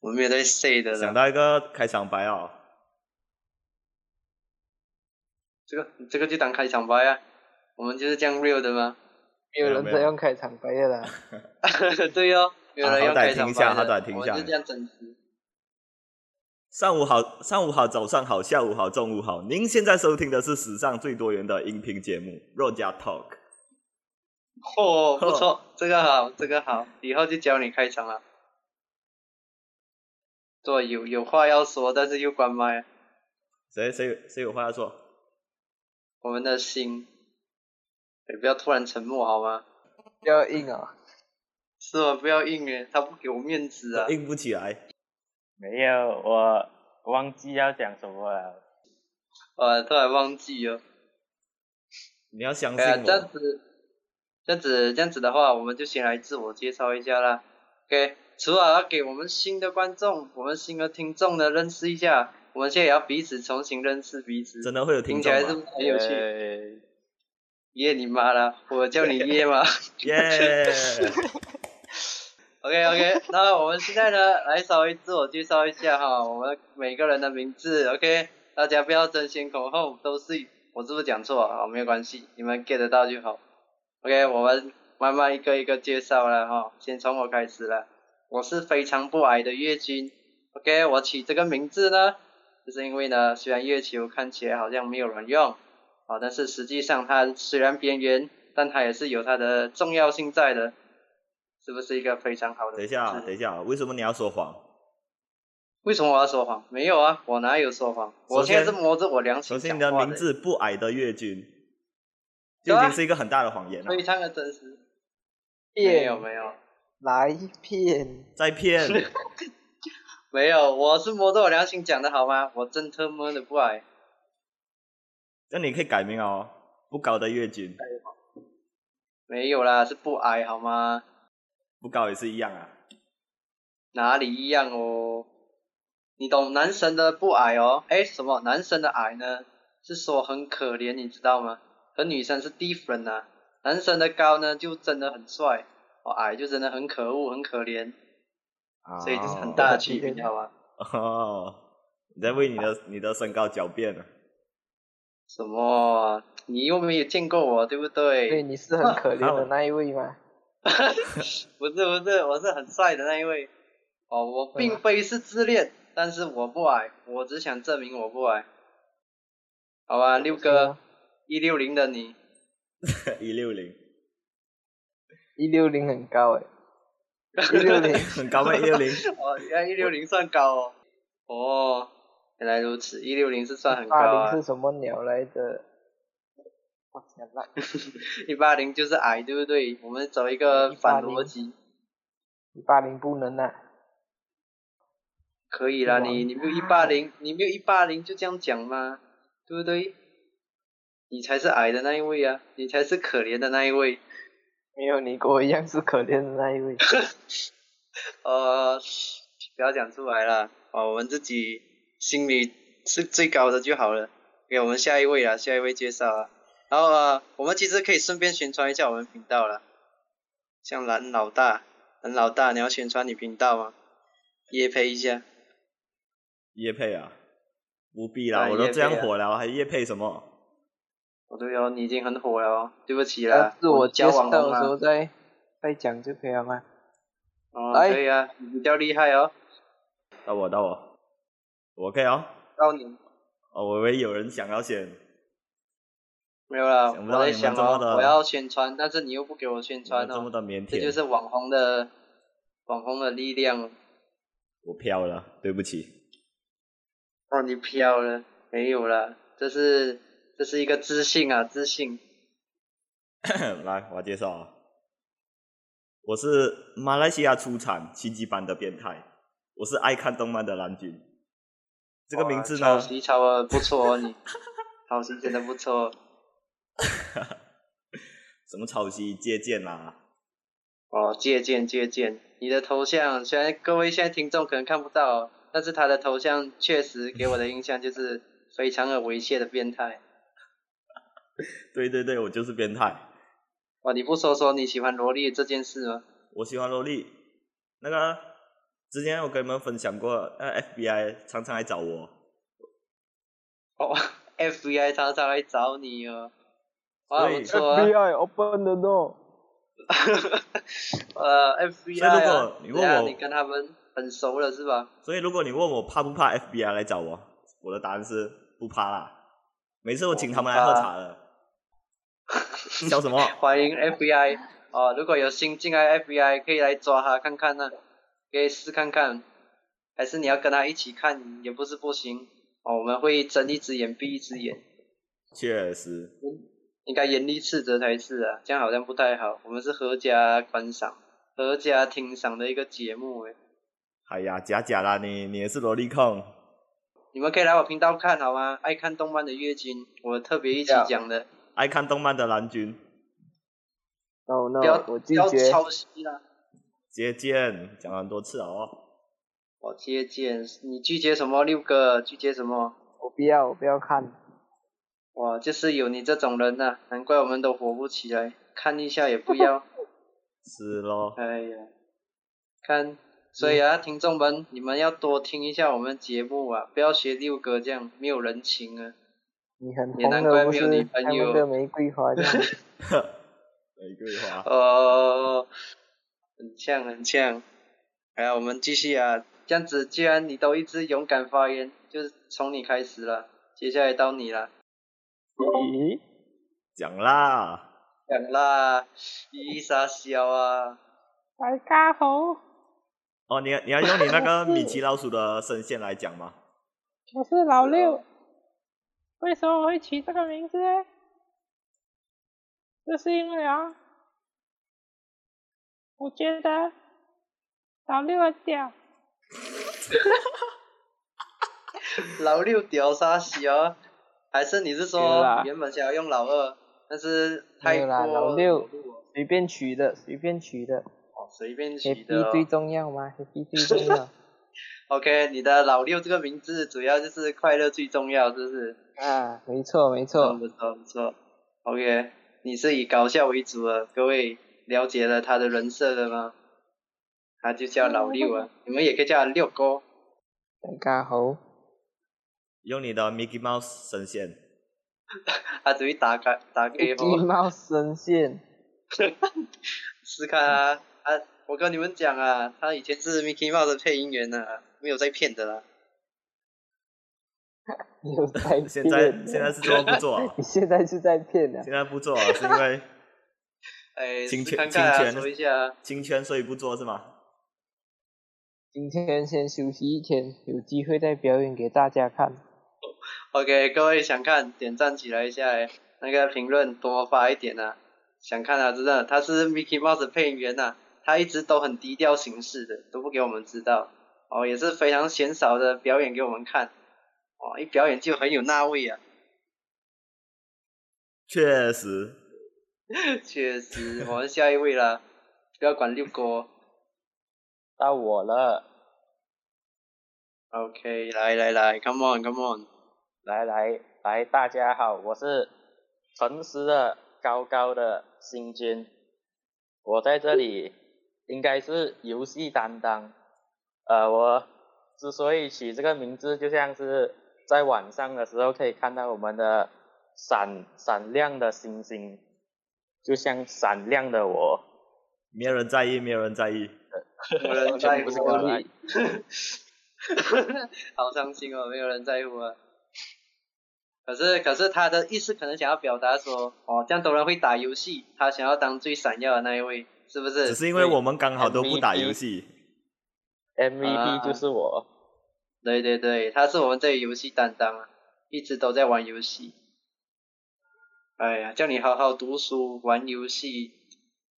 我没有在 say 的想了。到一个开场白哦，这个这个就当开场白啊，我们就是这样 real 的吗？没有人没有这样开场白的啦。 对哦，没有人要啊好歹开场停一下白的好歹停一我下们就这样真实。上午好，上午好，早上好，下午好，中午好。您现在收听的是史上最多元的音频节目《若家 Talk》。哦，不错，这个好，这个好，以后就教你开场了。对，有有话要说，但是又关麦。啊谁谁有谁有话要说？我们的心，也不要突然沉默好吗？比较硬啊、是吗？不要硬诶，他不给我面子啊。硬不起来。没有，我忘记要讲什么了。啊，突然忘记了。你要相信哎呀，这我样。子，这样子，这样子的话，我们就先来自我介绍一下啦。OK，除了要给我们新的观众、我们新的听众呢认识一下，我们现在也要彼此重新认识彼此。真的会有听听起众啊来是不吗？是很有趣？呃耶你妈啦！我叫你耶 吗耶 ？OK OK，那我们现在呢，来稍微自我介绍一下哈，我们每个人的名字，OK，大家不要争先恐后，都是我是不是讲错啊？没有关系，你们 get 得到就好。OK，我们慢慢一个一个介绍了哈，先从我开始了。我是非常不矮的月军，OK，我起这个名字呢，就是因为呢，虽然月球看起来好像没有人用，啊，但是实际上它虽然边缘，但它也是有它的重要性在的，是不是一个非常好的？等一下，啊等一下，下，为什么你要说谎？为什么我要说谎？没有啊，我哪有说谎？我首先现在是摸着我良首心先，讲你的话名字“不矮的月军”对就已啊经是一个很大的谎言了非，常的真实。没有骗没有来骗，在骗。没有，我是摸着我良心讲的好吗？我真他妈的不矮，那你可以改名哦，“不高的月军没有啦，是不矮好吗？”，不高也是一样啊。哪里一样哦？你懂男神的不矮哦？哎，什么男神的矮呢？是说很可怜，你知道吗？和女生是 different 啊。男生的高呢，就真的很帅，哦，矮就真的很可恶，很可怜，所以就是很大的区别，你知道吗？哦。 你在为你的你的身高狡辩啊？ 什么？啊你又没有见过我，对不所以对？你是很可怜好的那一位吗？ 不是不是，我是很帅的那一位。哦，我并非是自恋，但是我不矮，我只想证明我不矮。好吧，六哥，一六零的你，一六零，一六零很高 哎、1一六零很高吗？一六零， 哦，原来一六零算高哦。哦，原来如此，一六零是算很高八啊零，是什么鸟来的？我天哪！ 一八零就是矮，对不对？我们走一个反逻辑，一八零不能啊，可以啦，哇你你没有一八零，你没有一八零就这样讲吗？对不对？你才是矮的那一位啊，你才是可怜的那一位。没有你跟我一样是可怜的那一 位。呃，不要讲出来了，哦，我们自己心里是最高的就好了。给我们下一位啦，下一位介绍啊。然后啊，我们其实可以顺便宣传一下我们频道啦。像蓝老大，蓝老大，你要宣传你频道吗？夜配一下，叶配啊，不必啦，对我都这样业配啊火了，还叶配什么？哦对哦，你已经很火了哦，对不起呃啦，自我介交绍往的时了候再再讲就可以了吗？哦，哎对呀、你比较厉害哦，到我，到我，我可以哦。到你哦，我以为有人想要先，没有啦，想不我到在你们想这么哦，的我要宣传，但是你又不给我宣传这么哦，的腼腆，这就是网红的网红的力量哦。我飘了，对不起。哦，你飘了，没有了，这是这是一个自信啊，自信。 来，我要介绍啊，我是马来西亚出产奇迹般的变态，我是爱看动漫的蓝军。这个名字哇抄呢，袭抄的不错哦，你 抄袭真的不错哦什么抄袭、借鉴啦、啊，哦，借鉴借鉴。你的头像虽然各位现在听众可能看不到哦、但是他的头像确实给我的印象就是非常的猥亵的变态。对对对，我就是变态。哇，你不说说你喜欢萝莉这件事吗？我喜欢萝莉，那个之前我跟你们分享过，呃，FBI 常常来找我，哦，FBI 常常来找你哦， 哇，对不错啊， FBI open the door，呃，FBI 啊，所以如果你问怎样我你跟他们很熟了是吧？所以如果你问我怕不怕 FBI 来找我，我的答案是不怕啦。每次我请他们来喝茶的，笑什么？ 欢迎 FBI 哦，如果有新进来 FBI 可以来抓他看看呢、可以试看看，还是你要跟他一起看也不是不行哦，我们会睁一只眼闭一只眼，确实，应该严厉斥责才是啊，这样好像不太好，我们是合家观赏、合家听赏的一个节目诶，哎呀，假假啦你，你也是萝莉控，你们可以来我频道看好吗？爱看动漫的月经，我特别一起要讲的，爱看动漫的蓝军，不 no 要 no，我哦不拒要绝。抄袭啦。接见，讲了很多次了哦。我接见你拒绝什么六哥？拒绝什么？我不要，我不要看。哇，就是有你这种人呐、难怪我们都活不起来。看一下也不 要，是咯，哎呀，看，所以啊，听众们，你们要多听一下我们节目啊，不要学六哥这样没有人情啊。你很也难红怪的不没是有女朋他友们的玫瑰花这样玫瑰花。哦，很呛很呛。哎呀，我们继续啊，这样子，既然你都一直勇敢发言，就是从你开始了，接下来到你了。咦？讲啦，讲啦，伊啥笑啊？大家好，哦，你你要用你那个米奇老鼠的声线来讲吗？我是老啊六。为什么我会取这个名字呢？这是因为啊，我觉得老六很屌，老六屌啥笑啊？还是你是没有说啦原本想要用老二，但是没太过有啦，老六随便取的，随便取的。哦随便取的、 happy 最哦。重要吗？happy 最重要 OK，你的老六这个名字主要就是快乐最重要，是不是？啊，没错没错错，不错不错。OK，你是以搞笑为主了，各位了解了他的人设了吗？他就叫老六啊，嗯你们也可以叫他六哥。大家好，用你的 Mickey Mouse 声线，他只会打开打哦给鸡我，毛声线，试看啊啊！我跟你们讲啊，他以前是 Mickey Mouse 的配音员呢、啊，没有在骗的啦。你有在骗？现在现在是做不做啊？你现在是在骗啊现？在不做啊，是因为哎，侵试权看侵看啊，权说一下啊，侵权，所以不做是吗？今天先休息一天，有机会再表演给大家看。 OK，各位想看点赞起来一下哎，那个评论多发一点啊。想看啊，真的，他是 Mickey Mouse 的配音员呐、啊，他一直都很低调行事的，都不给我们知道哦，也是非常鲜少的表演给我们看哦，一表演就很有那味啊， 确实，确实。我们下一位啦，不要管六哥。到我了， OK，来来来，Come on，Come on，来来来，大家好，我是诚实的高高的新军，我在这里应该是游戏担当。呃，我之所以取这个名字，就像是在晚上的时候可以看到我们的闪闪亮的星星，就像闪亮的我。没有人在意，没有人在意。没有人在不是乎我啊，来， 好伤心哦，没有人在乎啊。可是，可是他的意思可能想要表达说，哦，这样多人会打游戏，他想要当最闪耀的那一位，是不是？只是因为我们刚好都不打游戏，啊 MVP 就是我，对对对，他是我们这里游戏担当啊，一直都在玩游戏。哎呀，叫你好好读书玩游戏，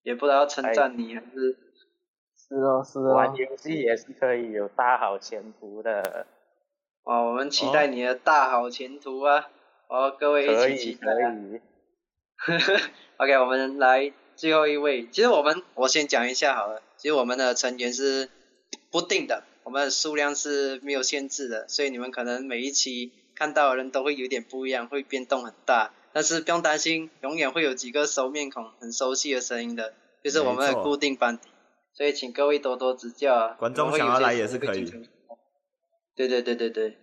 也不知道要称赞哎你还是是哦是玩哦，游戏也是可以有大好前途的，哦，我们期待你的大好前途啊！哦，各位可一起以期待啊可以， OK，我们来最后一位。其实我们我先讲一下好了。其实我们的成员是不定的，我们的数量是没有限制的，所以你们可能每一期看到的人都会有点不一样，会变动很大。但是不用担心，永远会有几个熟面孔、很熟悉的声音的，就是我们的没错固定班底。所以请各位多多指教啊。观众我们会有想要些来也是可以新的进程。对对对对对，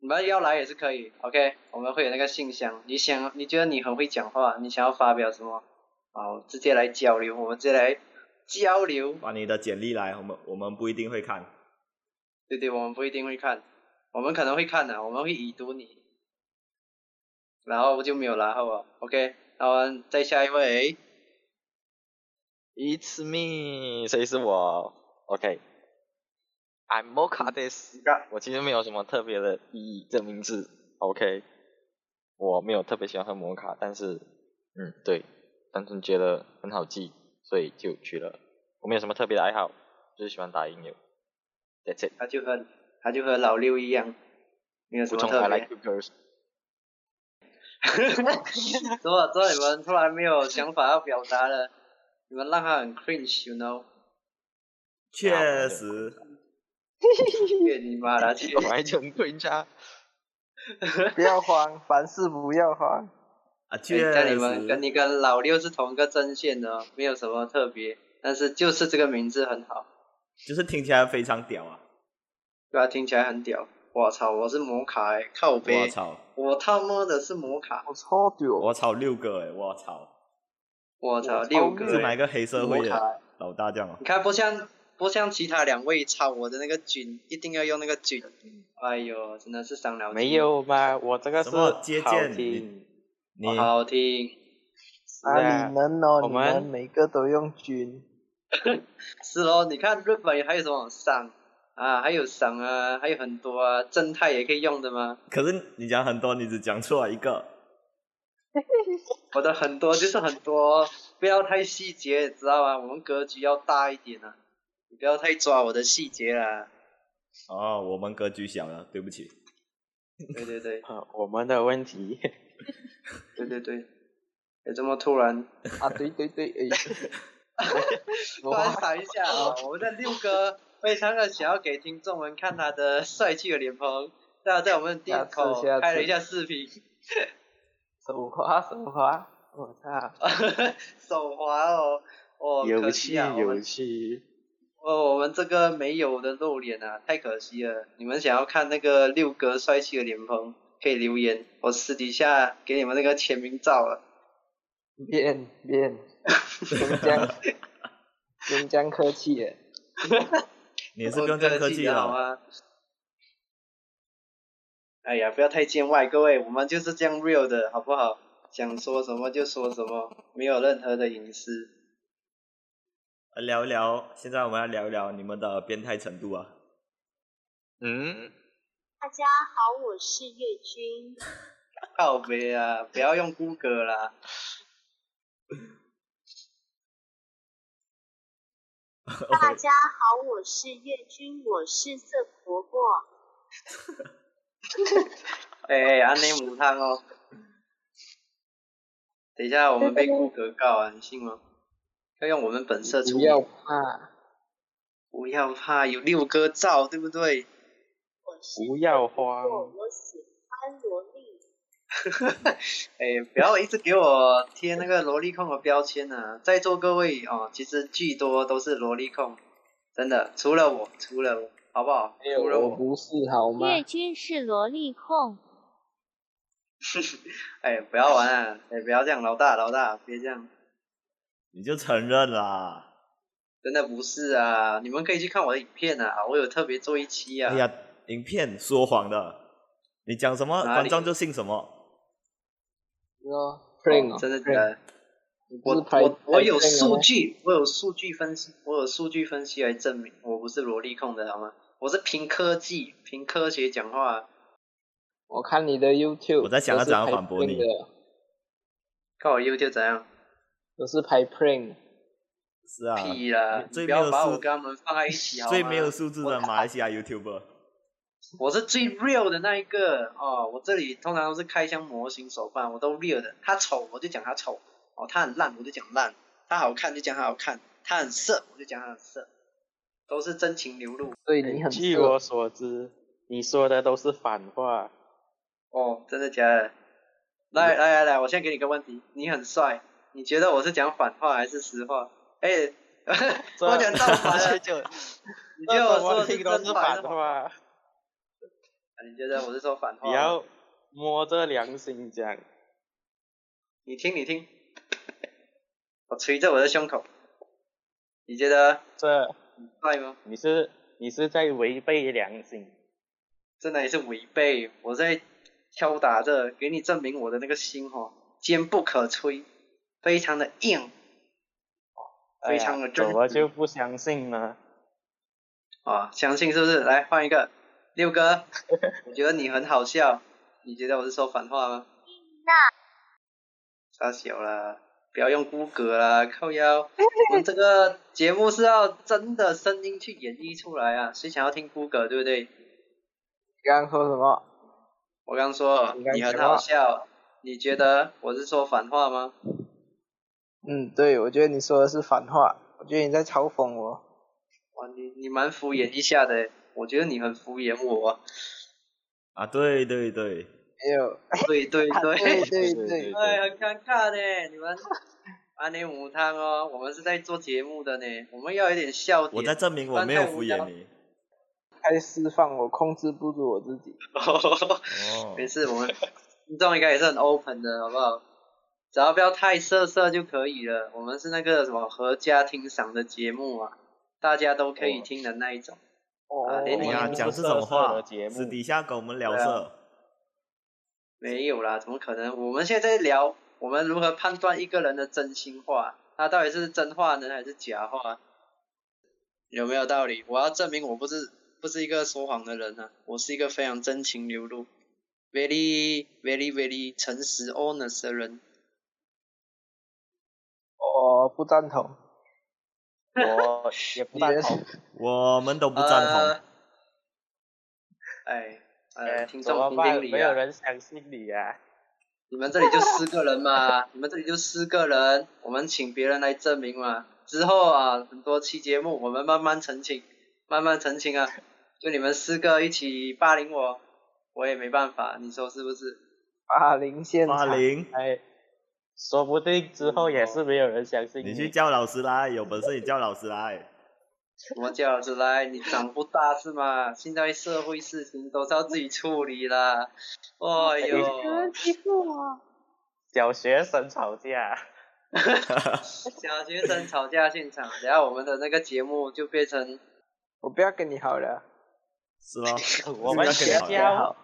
你们要来也是可以。OK，我们会有那个信箱，你想你觉得你很会讲话，你想要发表什么？好，直接来交流，我们直接来交流。把你的简历来，我们我们不一定会看。对对，我们不一定会看，我们可能会看的、啊我们会已读你，然后就没有然后了。OK，那我们再下一位， It's me，谁是我？OK，I'm Mocha this。我其实没有什么特别的意义，这名字 OK，我没有特别喜欢喝摩卡，但是嗯对，单纯觉得很好记，所以就取了。我没有什么特别的爱好，就是喜欢打音游。That's it，他就和他就和老六一样，没有什补么充特 I 别 like。hookers。如果知道你们突然没有想法要表达了，你们让他很 cringe，you know？确实，去你妈的去！本来就很亏家，不要慌，凡事不要慌。啊，哎确但你们跟实，你跟老六是同一个阵线的哦，没有什么特别，但是就是这个名字很好，就是听起来非常屌啊！对吧、听起来很屌。我操，我是摩卡、欸，靠我背，操，我他妈的是摩卡，我超屌，我操六个哎、我操，我操我操六个、是哪一欸，个黑社摩会卡、的老大这样啊？你看不像不像其他两位，操我的那个菌，一定要用那个菌，哎呦，真的是伤脑筋，没有嘛，我这个什是么接好见听，你哦好好听。是啊，啊你，能哦，我你们能每个都用军，是咯，你看日本还有什么赏啊，还有赏啊，还有很多啊，正太也可以用的吗？可是你讲很多，你只讲错了一个，我的很多就是很多，不要太细节，知道吗？我们格局要大一点啊，你不要太抓我的细节啦。哦，我们格局小了，对不起。对对对我们的问题，对对对，有这么突然？啊，对对对，哎，突然闪一下啊！我们的六哥非常的想要给听众们看他的帅气的脸庞，那在我们的下店次口下次开了一下视频，手滑手滑，我操，手滑哦，哦，有可趣惜啊，我有们趣，哦，我们这个没有的露脸啊，太可惜了。你们想要看那个六哥帅气的脸庞，可以留言，我私底下给你们那个签名照啊了。变变，先这样，先这样客气耶，你是不用这样客气的好了，吗？哎呀，不要太见外，各位，我们就是这样 real 的，好不好？想说什么就说什么，没有任何的隐私。呃聊一聊。现在我们要聊一聊你们的变态程度啊！嗯，大家好，我是月君。靠背啊，不要用 Google 啦。大家好，我是月君，我是色婆婆。哎、哎，安内母汤哦。等一下，我们被 Google 告啊，你信吗？要用我们本色出不名要怕，不要怕，有六哥照，对不对？我是不要慌色婆婆我喜欢萝莉。哎，不要一直给我贴那个萝莉控的标签啊！在座各位哦，其实巨多都是萝莉控，真的，除了我，除了我，好不好？除了我我， 不是好吗？月君是萝莉控，哎，不要玩啊！哎，不要这样，老大，老大，别这样， 你就承认啦。真的不是啊！你们可以去看我的影片啊，我有特别做一期啊。哎呀，影片说谎的，你讲什么哪里观众就信什么。是哦，prank 哦真的假 prank，的？你不我是拍我我有拍 prank 数吗据，我有数据分析，我有数据分析来证明我不是萝莉控的好吗？我是凭科技、凭科学讲话。我看你的 YouTube，我在想要都是怎样拍反驳你 prank 的，看我 YouTube 怎样？都是拍 prank，是啊，屁啦！最你不没有要把我素跟他们放在一起 好吗？最没有素质的马来西亚 YouTuber，我是最 real 的那一个哦。我这里通常都是开箱模型手办，我都 real 的。他丑我就讲他丑，哦，他很烂我就讲烂，他好看就讲他好看，他很色我就讲他很色，都是真情流露。所以你很据色哎我所知，你说的都是反话，哦，真的假的？来来来来，我先给你个问题，你很帅，你觉得我是讲反话还是实话？哎，这我讲啊造反这 了，就你觉这得我怎么说的听是都真是话反是吗？话，你觉得我是说反话吗？你要摸着良心讲。你听，你听，我捶着我的胸口，你觉得这帅吗？你是你是在违背良心，这哪里是违背？我在敲打着，给你证明我的那个心哦，坚不可摧，非常的硬，哦非常的哎真呀实。我就不相信呢。啊，相信是不是？来换一个，六哥，我觉得你很好笑，你觉得我是说反话吗？那傻小啦，不要用孤格啦，靠腰。我们这个节目是要真的声音去演绎出来啊，谁想要听孤格，对不对？刚刚说什么？我刚说你刚你很讲话好笑，你觉得我是说反话吗？嗯，对，我觉得你说的是反话，我觉得你在嘲讽我。哇，你你蛮敷衍一下的欸，我觉得你很敷衍我啊。啊，对对对，没有，对对对啊对。对对对对，对，哎很尴尬呢，你们安利母汤哦，我们是在做节目的呢，我们要有点笑点。哦我在证明我没有敷衍你。太释放我控制不住我自己。哦，没事，我们听众应该也是很 open 的，好不好？只要不要太色色就可以了。我们是那个什么合家听赏的节目啊，大家都可以哦听的那一种。啊哦连哎你呀，都讲这种话，私底下跟我们啊聊色，没有啦，怎么可能？我们现在在聊我们如何判断一个人的真心话，他到底是真话呢还是假话？有没有道理？我要证明我不是不是一个说谎的人啊，我是一个非常真情流露、very very very 诚实 honest 的人。我不赞同。哦我也不赞同。我们都不赞呃。哎， 呃，哎听怎众么评办？评理没有啊！人相信你啊！你们这里就四个人嘛，你们这里就四个人，我们请别人来证明嘛。之后啊，很多期节目我们慢慢澄清，慢慢澄清啊。就你们四个一起霸凌我，我也没办法，你说是不是？霸凌现同。场，八零，哎，说不定之后哦也是没有人相信你去叫老师来，有本事你叫老师来。我叫子来，你长不大是吗？现在社会事情都是要自己处理啦。哎有人呦，欺负我，小学生吵架，小学生吵架现场，等下我们的那个节目就变成我不要跟你好了，是吗？哦我们是不是学要跟你大家校好，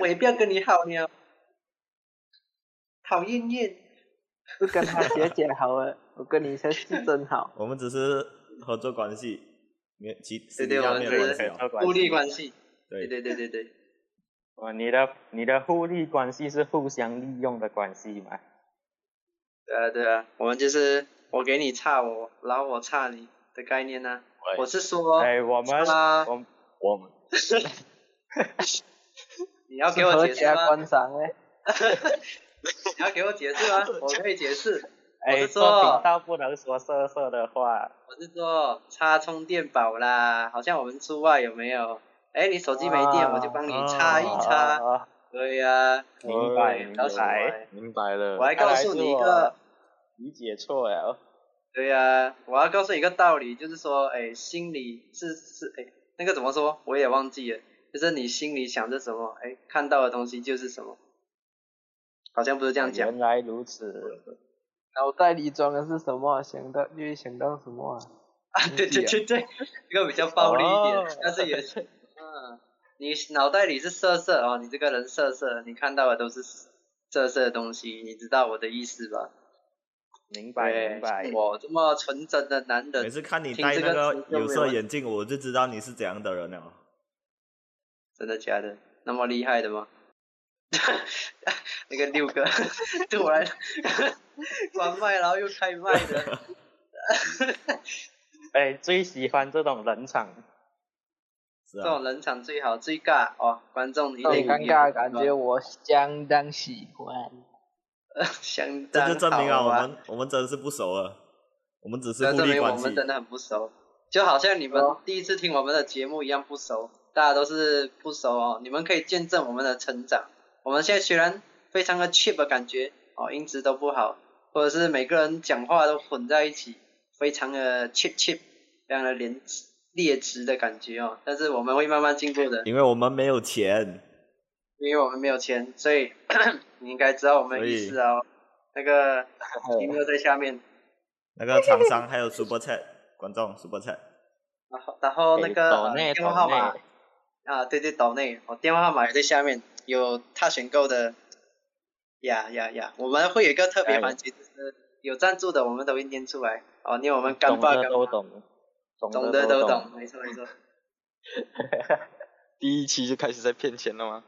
我也不要跟你好了，讨厌厌。不跟他姐姐好了，我跟你才是真好。我们只是合作关系，没有其私对底对下我们没有只关是系合哦。作关互利系。关系。对对，对对对对，哦，你的你的互利关系是互相利用的关系嘛？对啊对啊，我们就是我给你差我，然后我差你的概念呢、喂我是说，哎，我们啊我我们你要给是我合解释家吗？观赏嘞，你要给我解 释吗？我可以解释，我哎是做说频道不能说色色的话。我是说插充电宝啦，好像我们出外有没有？哎，你手机没电，啊我就帮你插一插。啊，对呀、明白不明要奇白，怪明白了。我还告诉你一啊个。理解错了。对呀、我要告诉你一个道理，就是说，哎，心里是是哎，那个怎么说，我也忘记了，就是你心里想着什么，哎，看到的东西就是什么，好像不是这样讲原。来如此，脑袋里装的是什么？想到就会想到什么啊？啊，对对对对，这个比较暴力一点，哦但是也是，嗯，你脑袋里是色色哦，你这个人色色，你看到的都是色色的东西，你知道我的意思吧？明白对，明白。我这么纯真的男每人，次看你听戴这那个个词就有没色问眼镜，我就知道你是怎样的人了。真的假的？那么厉害的吗？ 那个六 哥突然 关麦，然后又开麦 啊的，哎，最喜欢这种冷场，是这啊种，冷场最好，最尬哦！观众一这种定尴尬的感觉我相当喜欢。 相这当就证明了好我啊们我们真的是不熟了，我们只是这互证利明我关系们。真的很不熟，就好像你们哦第一次听我们的节目一样不熟，大家都是不熟哦。你们可以见证我们的成长。我们现在虽然非常的 cheap 的感觉哦，音质都不好，或者是每个人讲话都混在一起，非常的 cheap cheap，非常的廉劣质的感觉哦。但是我们会慢慢进步的，因为我们没有钱，因为我们没有钱，所以 你应该知道我们的意思哦。那个题目在下面，那个厂商还有 Super Chat 观众 Super Chat，然后然后那个抖内呃电话号码抖内啊，对对，岛内，我电话号码也在下面，有他选购的，呀呀呀，我们会有一个特别环节，就是有赞助的我们都会念出来，哦，念我们干懂爸的干都妈，懂，懂懂的都懂懂，，没错没错，第一期就开始在骗钱了吗？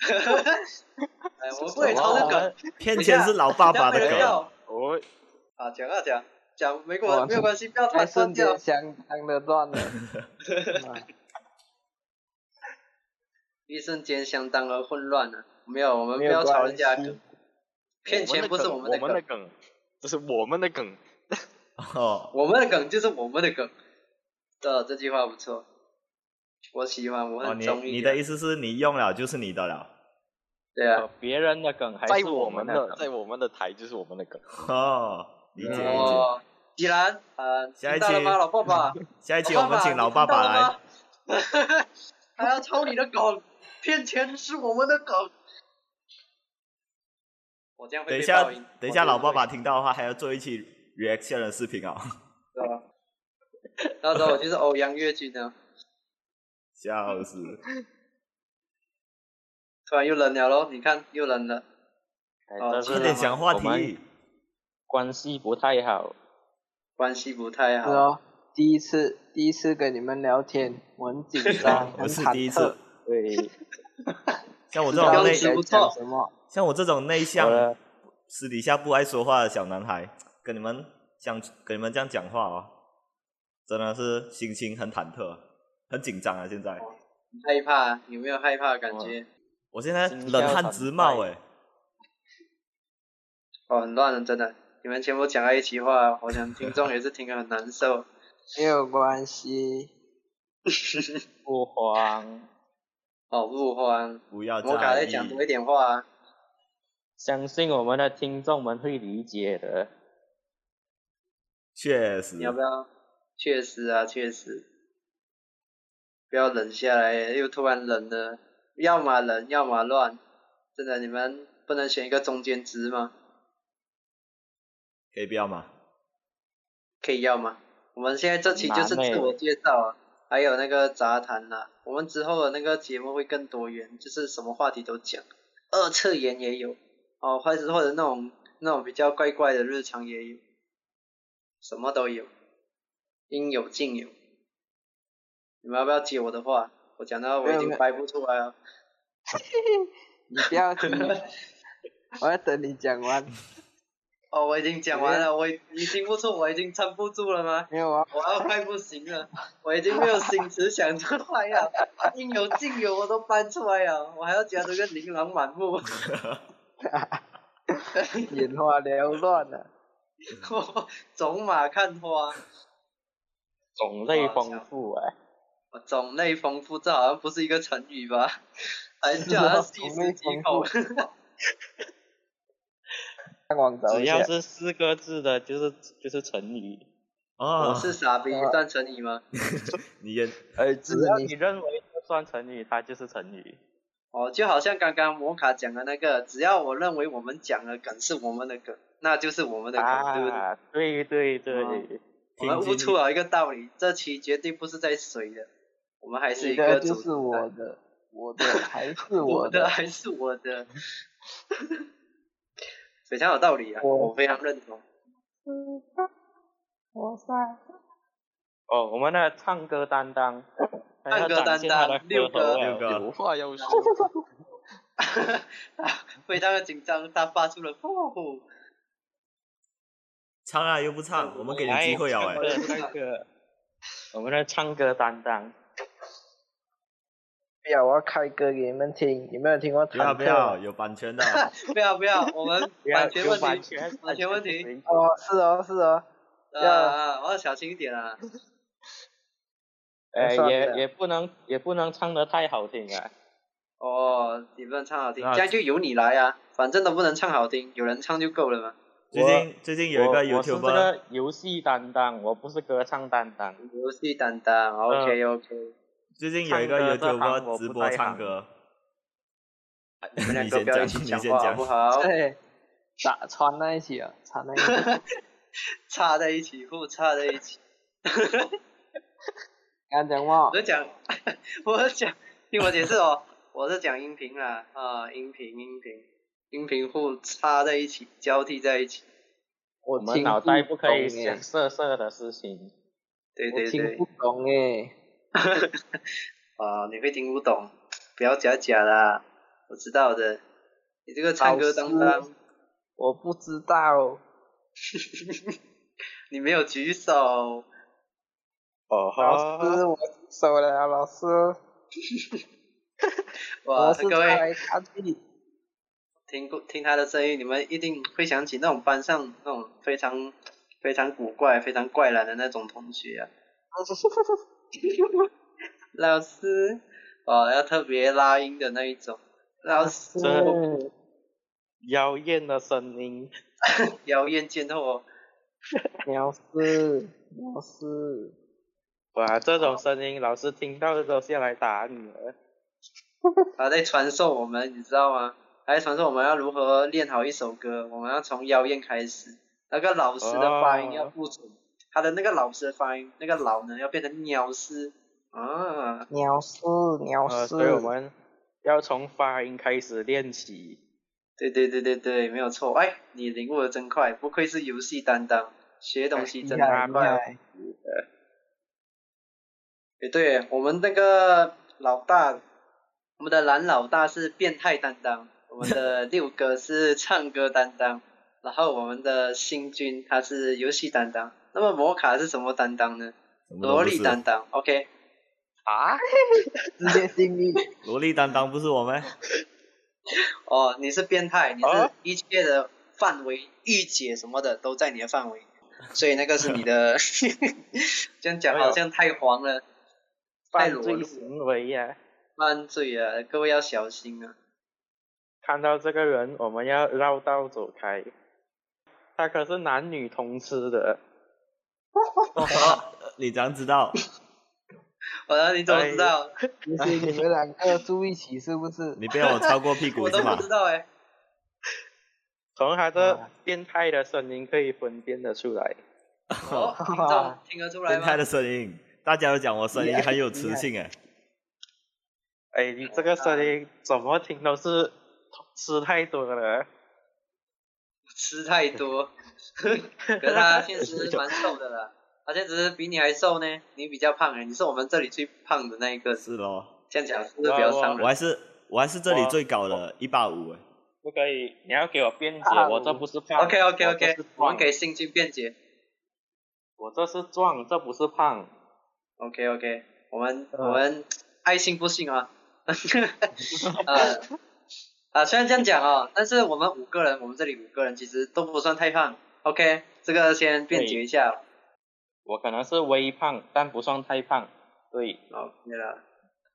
哎，我们不会抄这个，骗钱是老爸爸的不梗。要哦，啊，讲啊讲讲，没哇关没有关系，不要太太删瞬掉间，相当的乱了。妈一瞬间相当的混乱了，没有，我们不没有要抄人家的关系梗，骗钱不是我我们的我们的梗，梗，这是我们的梗。哦，我们的梗就是我们的梗，呃，这句话不错，我喜欢，我哦，很你中意、你的意思哦是你用了就是你的了？对啊。呃别人的梗还在是我们们的，梗在我们的台就是我们的梗。哦，理解理解。哦，既然呃，下一听到了期吗，老爸爸？ 下一期老我们请老爸爸来。，你听到了 吗还要抽你的梗，骗钱是我们的梗。我这样会等一被下报应。，等一下，我这样会老爸爸听到的话还要做一期 reaction 的视频啊、对吧？到时候我就是欧阳月军呢， 笑死！突然又冷了咯，你看又冷了。哎哦这快快是点想话我们题，关系不太好，关系不太是好，哦，第一次第一次跟你们聊天，我很紧 张，不很是忐忑。第一次。对，像我这是种标内志不讲错什么？像我这种内我向、的私底下不爱说话的小男孩，跟你们相跟你们这样讲话哦，真的是心情很忐忑，很紧张啊！现在，你害怕有没有害怕的感觉？我现在心跳冷汗直冒哎、哦，很乱了，真的。你们全部讲在一起话，我想听众也是听得很难受。没有关系，不慌，哦，不慌，不要摩卡在再意。讲多一点话、啊。相信我们的听众们会理解的。确实你，要不要？确实啊，确实，不要冷下来，又突然冷了，要么冷，要么乱，真的，你们不能选一个中间值吗？可以不要吗？可以要吗？我们现在这期就是很难欸自我介绍啊，还有那个杂谈啦、我们之后的那个节目会更多元，就是什么话题都讲，二次元也有哦，或者或者那种那种比较怪怪的日常也有，什么都有，应有尽有。你们要不要接我的话？我讲到我已没有没经有掰不出来了。你不 要急，我要等你讲完。哦，我已经讲完了，我已你听不出我已经撑不住了吗？没有啊，我要快不行了，我已经没有心思想这话了，应有尽有我都搬出来了，我还要加这个琳琅满目，眼花缭乱了。我走马看花，种类哇丰富哎、我种类丰富，这好像不是一个成语吧？还是好像细思极恐。上网找只一下要，是四个字的，就是就是成语。哦我，是傻逼，算成语吗？你也哎，只要你你认为这算成语，它就是成语。哦，就好像刚刚摩卡讲的那个，只要我认为我们讲的梗是我们的梗，那就是我们的梗，对不对？啊，对对哦对，我们听悟进出了一个道理，这期绝对不是在水的，我们还是你一个的主就题是在我的，我的还是 我我的的。还是我的， 非常有道理啊，我我非常认同。 我算哦，我们的唱歌担当，还要唱歌担展现他的当六歌喉六啊个有话要说，啊非常的紧张，他发出了呼呼，唱啊又不唱，我们给你机会啊来哎、唱歌唱歌，我们的唱歌担当，不要，我要开歌给你们听。你们有听过不要忐不忑要，吗？有版权的。 不要不要，我们不要版权有问版题，权，版权问题问题哦，是哦，是哦。啊要啊，我要小心一点啊。哎，算也了也不能也不能唱的太好听啊。哦，你不能唱好听，那这样就由你来啊，反正都不能唱好听，有人唱就够了嘛。最近最近有一我个我是这 YouTuber，个游戏担当，我不是歌唱担当。游戏担当，OK OK，最近有一个唱歌这行 YouTuber 我不直播在唱行歌。你们两你个先不要讲，一起你讲先话好讲不。好？对，打穿在一起啊，缠在一起。 插在一起，互插在一起。刚讲话我，在讲， 我在讲，听我解释哦，我在讲音频啦，啊，音频，音频，音频互插在一起，交替在一起。我我听们脑袋不可以不懂耶想色色的事情。对我对听对不，懂诶，啊，你会听不懂，不要假假啦，我知道的。你这个唱歌担老当师，我不知道。 你没有举手，哦老哈，师，我举手了，老师，哇，我是各在位看你。听过听他的声音，你们一定会想起那种班上那种非常非常古怪、非常怪懒的那种同学啊。老师，哦，要特别拉音的那一种。老师，这妖艳的声音，妖艳贱货，鸟师，鸟师，哇，这种声音老师听到了都下来打你了。他在传授我们，你知道吗？还在传授我们要如何练好一首歌，我们要从妖艳开始。那个老师的发音要不准，他的那个老师的发音，那个老呢要变成鸟师啊。鸟师，鸟呃，师。所以我们要从发音开始练起。对对对对对，没有错。哎，你领悟的真快，不愧是游戏担当，学东西真厉的害很厉快哦。害，也对，我们那个老大，我们的蓝老大是变态担当，我们 的六哥是唱歌担当，然后我们的星君他是游戏担当。那么摩卡是什么担当呢？什么都萝不莉是担当。OK，啊，直接定 义。萝莉担当不是 我们，哦，你是变态，你是哦啊一切的范围、御姐什么的都在你的范围，所以那个是你 的。 这样讲好像太黄了，太犯裸露罪了，行为呀、犯罪啊！各位要小心啊！看到这个人，我们要绕道走开。他可是男女通吃的，你怎样知道？我让你怎哎么知道？就是你们两个住一起是 不是？你被我超过屁股我是都吗不知？道哎、从他这变态的声音可以分辨得出来。 哦，听众听得出来变态吗？的声音，大家都讲我声音很有磁性哎，哎，你这个声音怎么听都是吃太多了。吃太 多，可是他现实蛮瘦的啦，他现实比你还瘦呢，你比较胖哎、你是我们这里最胖的那一个，是咯，这样讲是不是比较伤我人？还是我还是这里最高的，一百五哎，不可以，你要给我辩解，啊我这不是胖。 OK OK 我这 OK，是我们壮，给星君辩解。我这是壮，这不是胖。 OK OK，我们、呃我们爱信不信 啊，呃啊，虽然这样讲啊、但是我们五个人，我们这里五个人其实都不算太胖。OK，这个先辩解一下。我可能是微胖，但不算太胖。对， OK 了，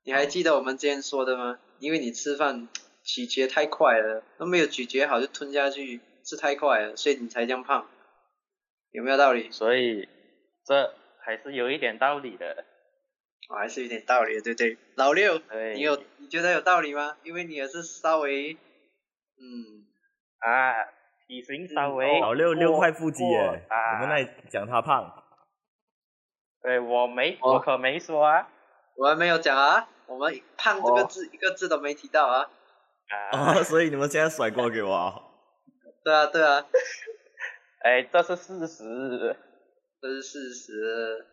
你还记得我们之前说的吗？因为你吃饭咀嚼太快了，都没有咀嚼好就吞下去，吃太快了，所以你才这样胖，有没有道理？所以这还是有一点道理的。啊，还是有点道理的，对不对？老六，对，你有你觉得有道理吗？因为你也是稍微，嗯，啊，体型稍微、老嗯哦六六块腹肌哎我哎，啊我们那里讲他胖， 对我没，哦我可没说啊。我们没有讲啊，我们胖这个字、一个字都没提到啊。啊，哦，所以你们现在甩锅给我啊？对啊，对啊，哎，这是事实。这是事实。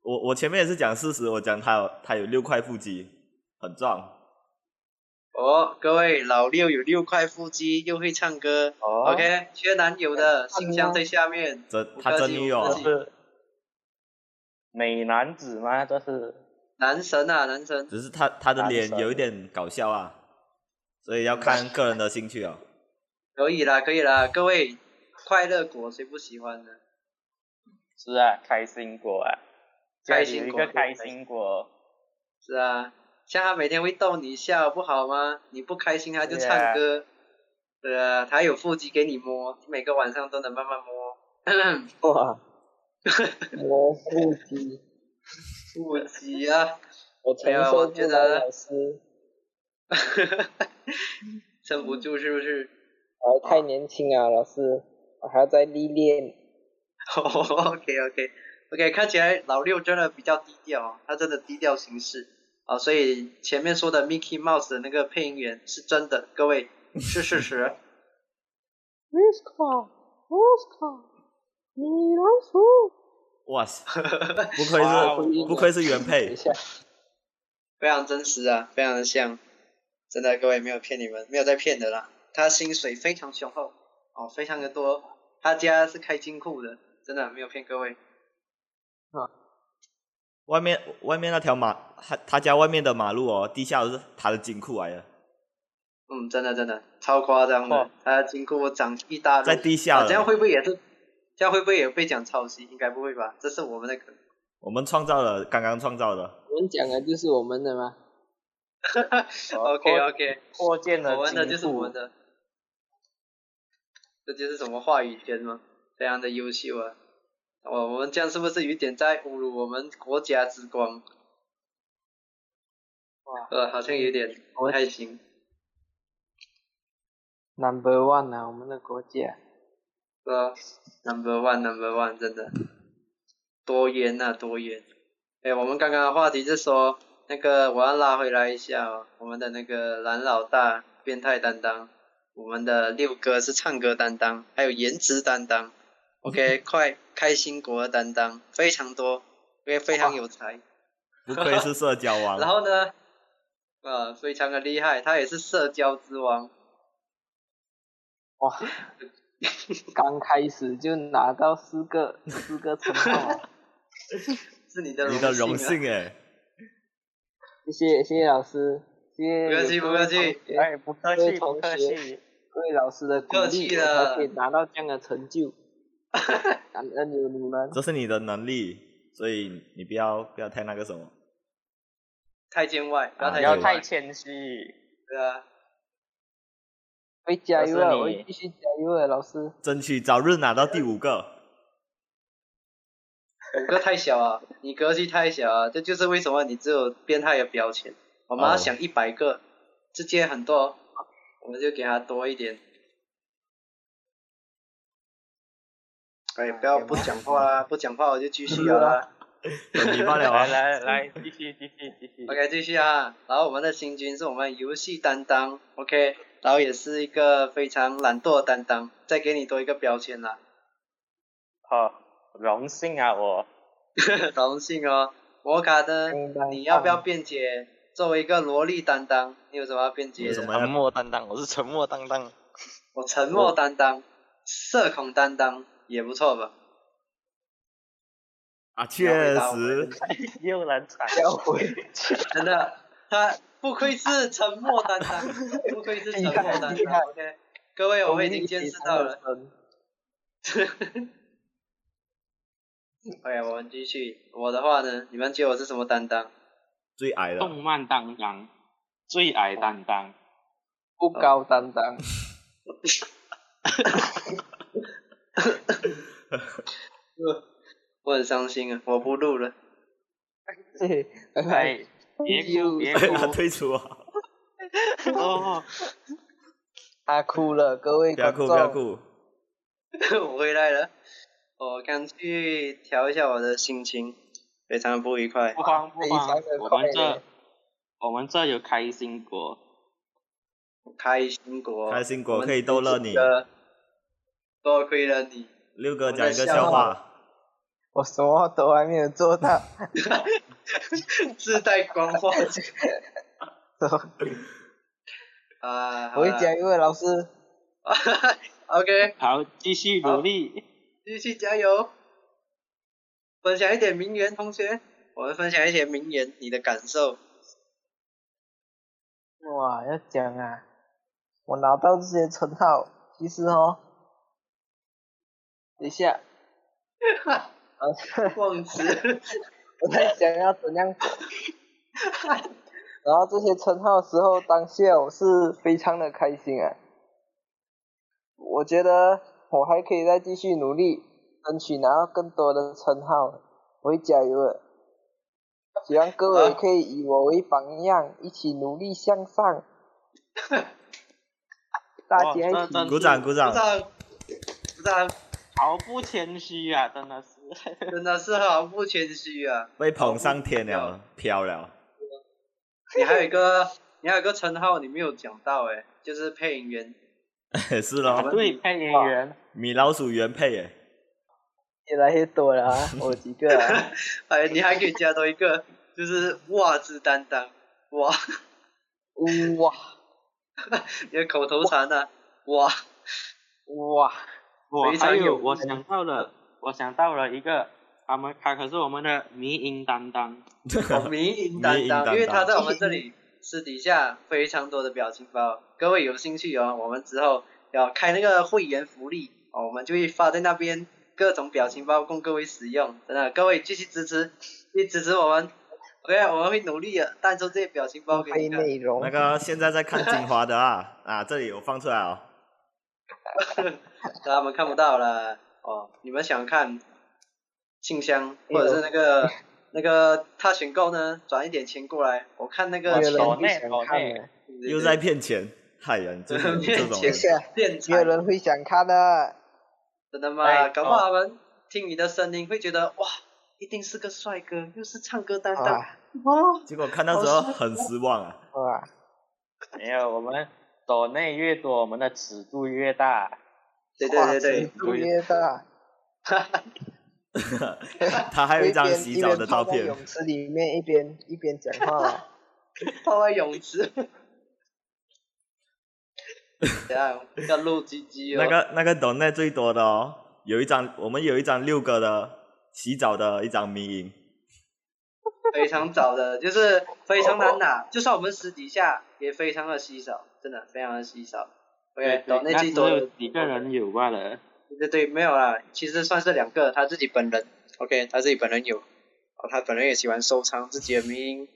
我我前面也是讲事实，我讲他有他有六块腹肌，很壮。哦，各位老六有六块腹肌，又会唱歌。哦 OK，缺男友的信箱在下面。真五他颗真星女五友颗这星是美男子吗？这是男神啊，男神。只是他他的脸男神有一点搞笑啊，所以要看个人的兴趣哦。可以啦，可以啦，各位，快乐果谁不喜欢呢？是啊，开心果啊，开心果家里有一个开心果，是啊，像他每天会逗你笑，不好吗？你不开心他就唱歌，对啊，他有腹肌给你摸，每个晚上都能慢慢摸。哇， 我腹肌，腹肌啊， 我承受不来老师，撑不住是不是？我太年轻了，老师，我还要再历练。 OK OK OK，看起来老六真的比较低调哦，他真的低调行事啊、所以前面说的 Mickey Mouse 的那个配音员是真的，各位是事 实。 Muska Muska，米老鼠，哇塞，不愧是不愧是原等一配，下，非常真实啊，非常的像，真的各位没有骗你们，没有在骗的啦。他薪水非常雄厚哦，非常的多，他家是开金库的，真的没有骗各位。外面外面那条马，他他家外面的马路哦，地下都是他的金库来的，嗯，真的真的超夸张的哦，他的金库涨一大在堆。地下啊，了这样会不会也是？这样会不会也被讲抄袭？应该不会吧？这是我们的梗。我们创造了，刚刚创造的，我们讲的就是我们的吗？ OK OK，扩建了我们的进就是我们步的，这就是什么话语权吗？非常的优秀啊！哦，我们这样是不是有点在侮辱我们国家之光？呃，好像有点不太行。 Number one 啊，我们的国家。是啊，Number One，Number One，真的多冤呐、多冤！哎，我们刚刚的话题是说那个，我要拉回来一下、哦，我们的那个蓝老大变态担当，我们的六哥是唱歌担当，还有颜值担当，OK，快 开心果的担当非常多，因为非常有才。不愧是社交 王然。后呢，呃，非常的厉害，他也是社交之王，哇，刚开始就拿到四个四个称号，啊 是你的荣你幸、啊。的荣幸哎，谢谢谢谢老师，谢谢不客气，不客气。各位同学哎，不客各气，不位同客学气。各位老师的鼓客励，气我了才可以拿到这样的 成就，感恩有你们。这是你的能力，所以你不要不要太那个什么。太见外，不要啊不太对见要外。太 谦虚，对啊，会加油啊，这是你我会继续加油啊，老师。争取早日拿到第五个。五个太小啊，你格局太小啊，这就是为什么你只有变态的标签。我们要哦想一百个，直接很多，我们就给他多一点。哎，不要不讲话啦，不讲话我就继续 啊啦。等你罢了来啊！来来，继续继续继续。 OK，继续啊。然后我们的新军是我们游戏担当，OK，然后也是一个非常懒惰的担当，再给你多一个标签啦。 好，荣幸啊我。荣幸哦。摩卡呢应 当？你要不要辩解？作为一个萝莉担当，你有什么要辩解有什的？么沉要默担当，我是沉默担当。我沉默担当，社恐担当也不错吧？啊？确实，又来踩，要回真的，他不愧是沉默担 当，不愧是沉默担哎当。厉害 OK，各位，我们已经见识到 了。OK，我们哎继续。我的话呢？你们觉得我是什么担当？最矮的动漫担当，最矮担当，不高担当，我很伤心啊，我不录了。 拜拜。哎，别哭别哭他，退出 啊！哦，他哭了，各位不要观哭，众，不要哭。我回来了，我刚去调一下我的心情，非常不愉快不。慌不非慌常的，我快们这乐我们这有开心果，开心果，开心果可以逗乐我们你这个多亏了你，六哥讲一个笑话，我什么都还没有做到， 自带光环我 啊！会 加油啊，老师。 o k 好，继续努力，继续加油！分享一点名言，同学，我们分享一些名言，你的感受。哇，要讲啊，我拿到这些称号，其实哦，等一下，呃，忘 词，我在想要怎样讲。然后这些称号时候，当下我是非常的开心啊，我觉得我还可以再继续努力，争取拿到更多的称号，我会加油的。希望各位好可以以我为榜样，一起努力向上。大家一起真鼓掌鼓掌鼓，掌，鼓掌，毫不谦虚啊，真的是。真的是毫不谦虚啊！被捧上天了，飘了。 你还有一个，你还有一个称号你没有讲到哎、就是配音员。是啊咯，对，配音员，米老鼠原配耶，越来越多了啊，我有几个啊？哎，你还可以加多一个，就是袜子担当，哇，呜哇你的口头禅啊，哇，哇！我非常还有有我想到了，我想到了一个，他们他可是我们的迷音担当，哦迷影担迷影担当，当因为他在我们这里私底下非常多的表情包，各位有兴趣哦，我们之后要开那个会员福利哦，我们就会发在那边各种表情包供各位使用，真的，各位继续支持，继续支持我们，OK，我们会努力的带出这些表情包给拍你看。内容那个现在在看精华的啊啊，这里我放出来哦。他们看不到了哦。你们想看信箱或者是那个那个他选购呢？转一点钱过来，我看那个没有钱人懂会想看的，又在骗钱，害人，就是有这骗种人等一钱下电没有台，人会想看的。真的吗？哎搞不好他们听你的声音会觉得哇，一定是个帅哥，又是唱歌担当啊哦。结果看到之后很失望啊。哇！没有我们抖内越多，我们的尺度越大。对对对对，度越大，他还有一张边洗澡的照一边泡在片，泳池里面一边一边讲话，泡在泳池。 怎样？要露鸡鸡哦？那个那个 d o n a t 最多的哦，有一张我们有一张六哥的洗澡的一张迷影，非常早的，就是非常难拿，就算我们私底下也非常的稀少，真的非常的稀少。OK，对岛内对那最只多有的，几个人有罢了。对对对，没有啦，其实算是两个，他自己本人，OK，他自己本人有，哦，他本人也喜欢收藏自己的迷音，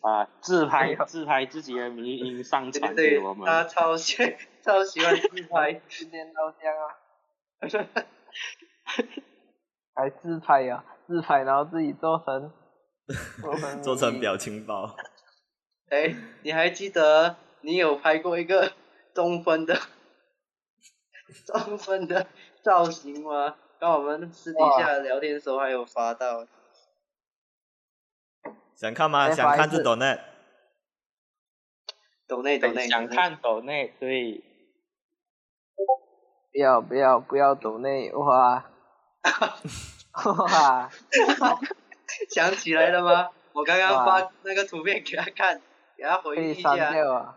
啊，自拍自拍自己的迷音上对对传给对我，们，他超喜 超喜欢自拍，训练到这样啊，还自拍啊，自拍然后自己做成做成 做成表情包，哎，你还记得你有拍过一个中分的中分的造型吗？刚我们私底下聊天的时候还有发到。想看吗？哎再发想看就一次 d o n a t 抖内抖内，想看抖内对，不要不要不要抖内哇 哇！想起来了吗？我刚刚发那个图片给他看，给他回可忆以一删下。掉啊。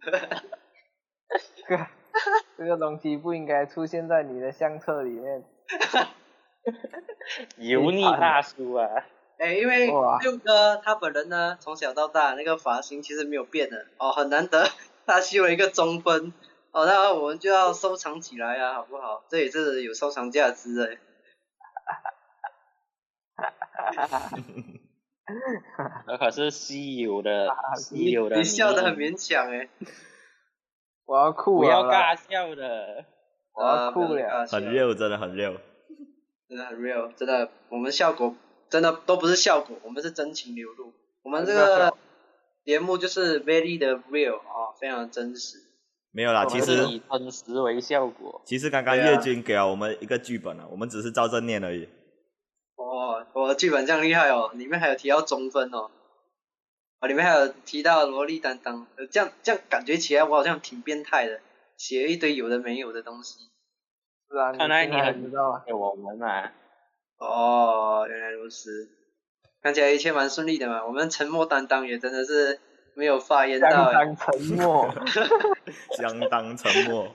这个东西不应该出现在你的相册里面。油腻大叔啊，哎，因为哇六哥他本人呢，从小到大那个发型其实没有变的哦，很难得他修了一个中分哦，那我们就要收藏起来啊，好不好？这也是有收藏价值的。那可是稀有的稀你有的迷你因，笑得很勉强哎，我要哭不了要啦，尬笑的，我要啊，哭不要尬了。笑很 real，真的很 real。真的很 real，真的，我们效果真的都不是效果，我们是真情流露。我们这个节目就是 very 的 real 啊、非常真实。没有啦，我其们实是以真实为效果。其实刚刚对啊月军给了我们一个剧本啊，我们只是照着念 而已。哦，我的剧本这样厉害哦，里面还有提到中分哦，啊，里面还有提到萝莉担当，呃这样这样感觉起来我好像挺变态的，写一堆有的没有的东西。是啊，看来你你现在还很知道啊。给我们啊，哦，原来如此，看起来一切蛮顺利的嘛。我们沉默担当也真的是没有发言到相哎，当沉默，相当沉默，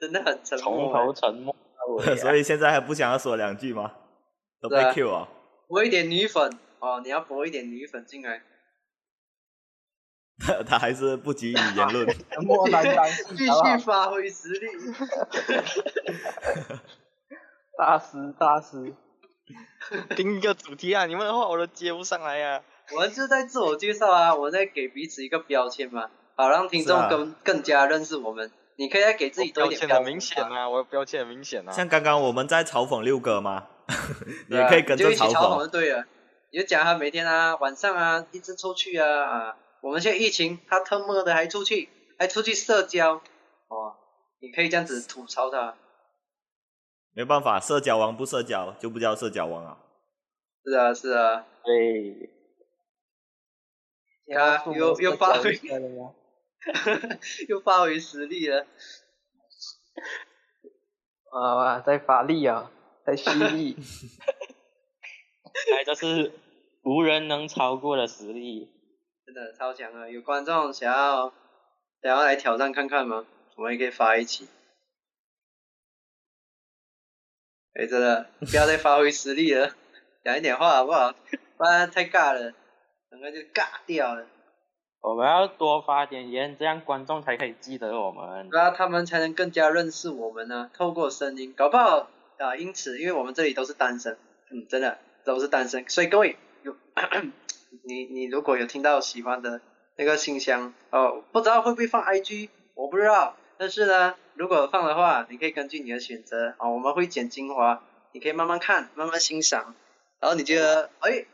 真的很沉从默头哎。沉默到 所尾、啊。以现在还不想要说两句吗？都被对啊 Q 啊！博一点女粉哦，你要博一点女粉进来。他 他还是不急于言 论。沉默担当，继好不好续发挥实力。大师大师，定一个主题啊！你们的话我都接不上来呀、我们就在自我介绍啊，我在给彼此一个标签嘛，好让听是众啊更、更加认识我们。你可以再给自己多哦标一点签标很准明显嘛啊，我的标签很明显啊。像刚刚我们在嘲讽六哥 嘛，你对也啊可以跟着你就一起讽就。对了。你就讲他每天啊，晚上啊，一直出去啊啊！我们现在疫情，他特么的还出去，还出去社交，哦，你可以这样子吐槽他，没办法，社交王不社交就不叫社交王啊。是啊是啊，对，你看啊要又又发挥出门社交一下了吗 又发挥实力了，啊哇，在发力啊，在蓄力，哎，这是无人能超过的实力。真的超强啊！有观众想要想要来挑战看看吗？我们也可以发一起。哎，真的不要再发挥实力了，讲一点话好不好？不然太尬了，整个就尬掉了。我们要多发点言，这样观众才可以记得我们。然后他们才能更加认识我们呢、透过声音，搞不好啊、因此，因为我们这里都是单身，嗯，真的都是单身，所以各位有 你你如果有听到喜欢的那个信箱哦，不知道会不会放 IG，我不知道，但是呢，如果放的话，你可以根据你的选择啊、我们会剪精华，你可以慢慢看，慢慢欣赏。然后你觉得，哎，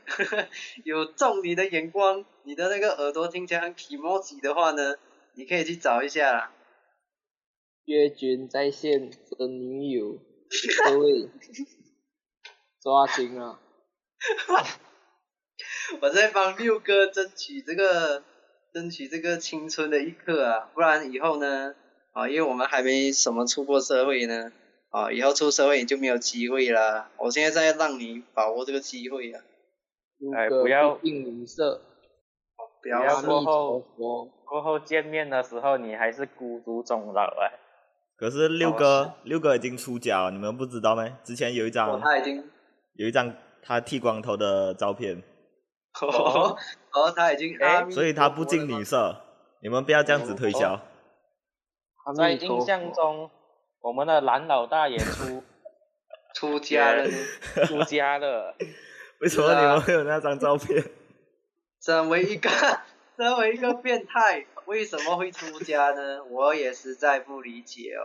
有中你的眼光，你的那个耳朵听起来很 emoji 的话呢，你可以去找一下啦。越军在线真女友，各位抓紧啊！我在帮六哥争取这个争取这个青春的一刻啊，不然以后呢，啊，因为我们还没什么出过社会呢，啊，以后出社会你就没有机会啦。我现在在让你把握这个机会啊，如哎歌不要不近邻舍，不不要要阿弥说过陀后佛。过后见面的时候，你还是孤独终老哎。可是六哦哥，六哥已经出家了，你们不知道吗？之前有一哦张，他已 经，有一张他剃光头的照片，哦，哦，他已经，哎阿弥所以他不陀佛了近吗哦女色。你们不要这样子推销。阿弥在陀印佛象中，我们的蓝老大也出 出家了呢，出家了， 为什么啊你们会有那张 照片？身为一个 身为一个变态，为什么会出家呢？我也实在不理解哦。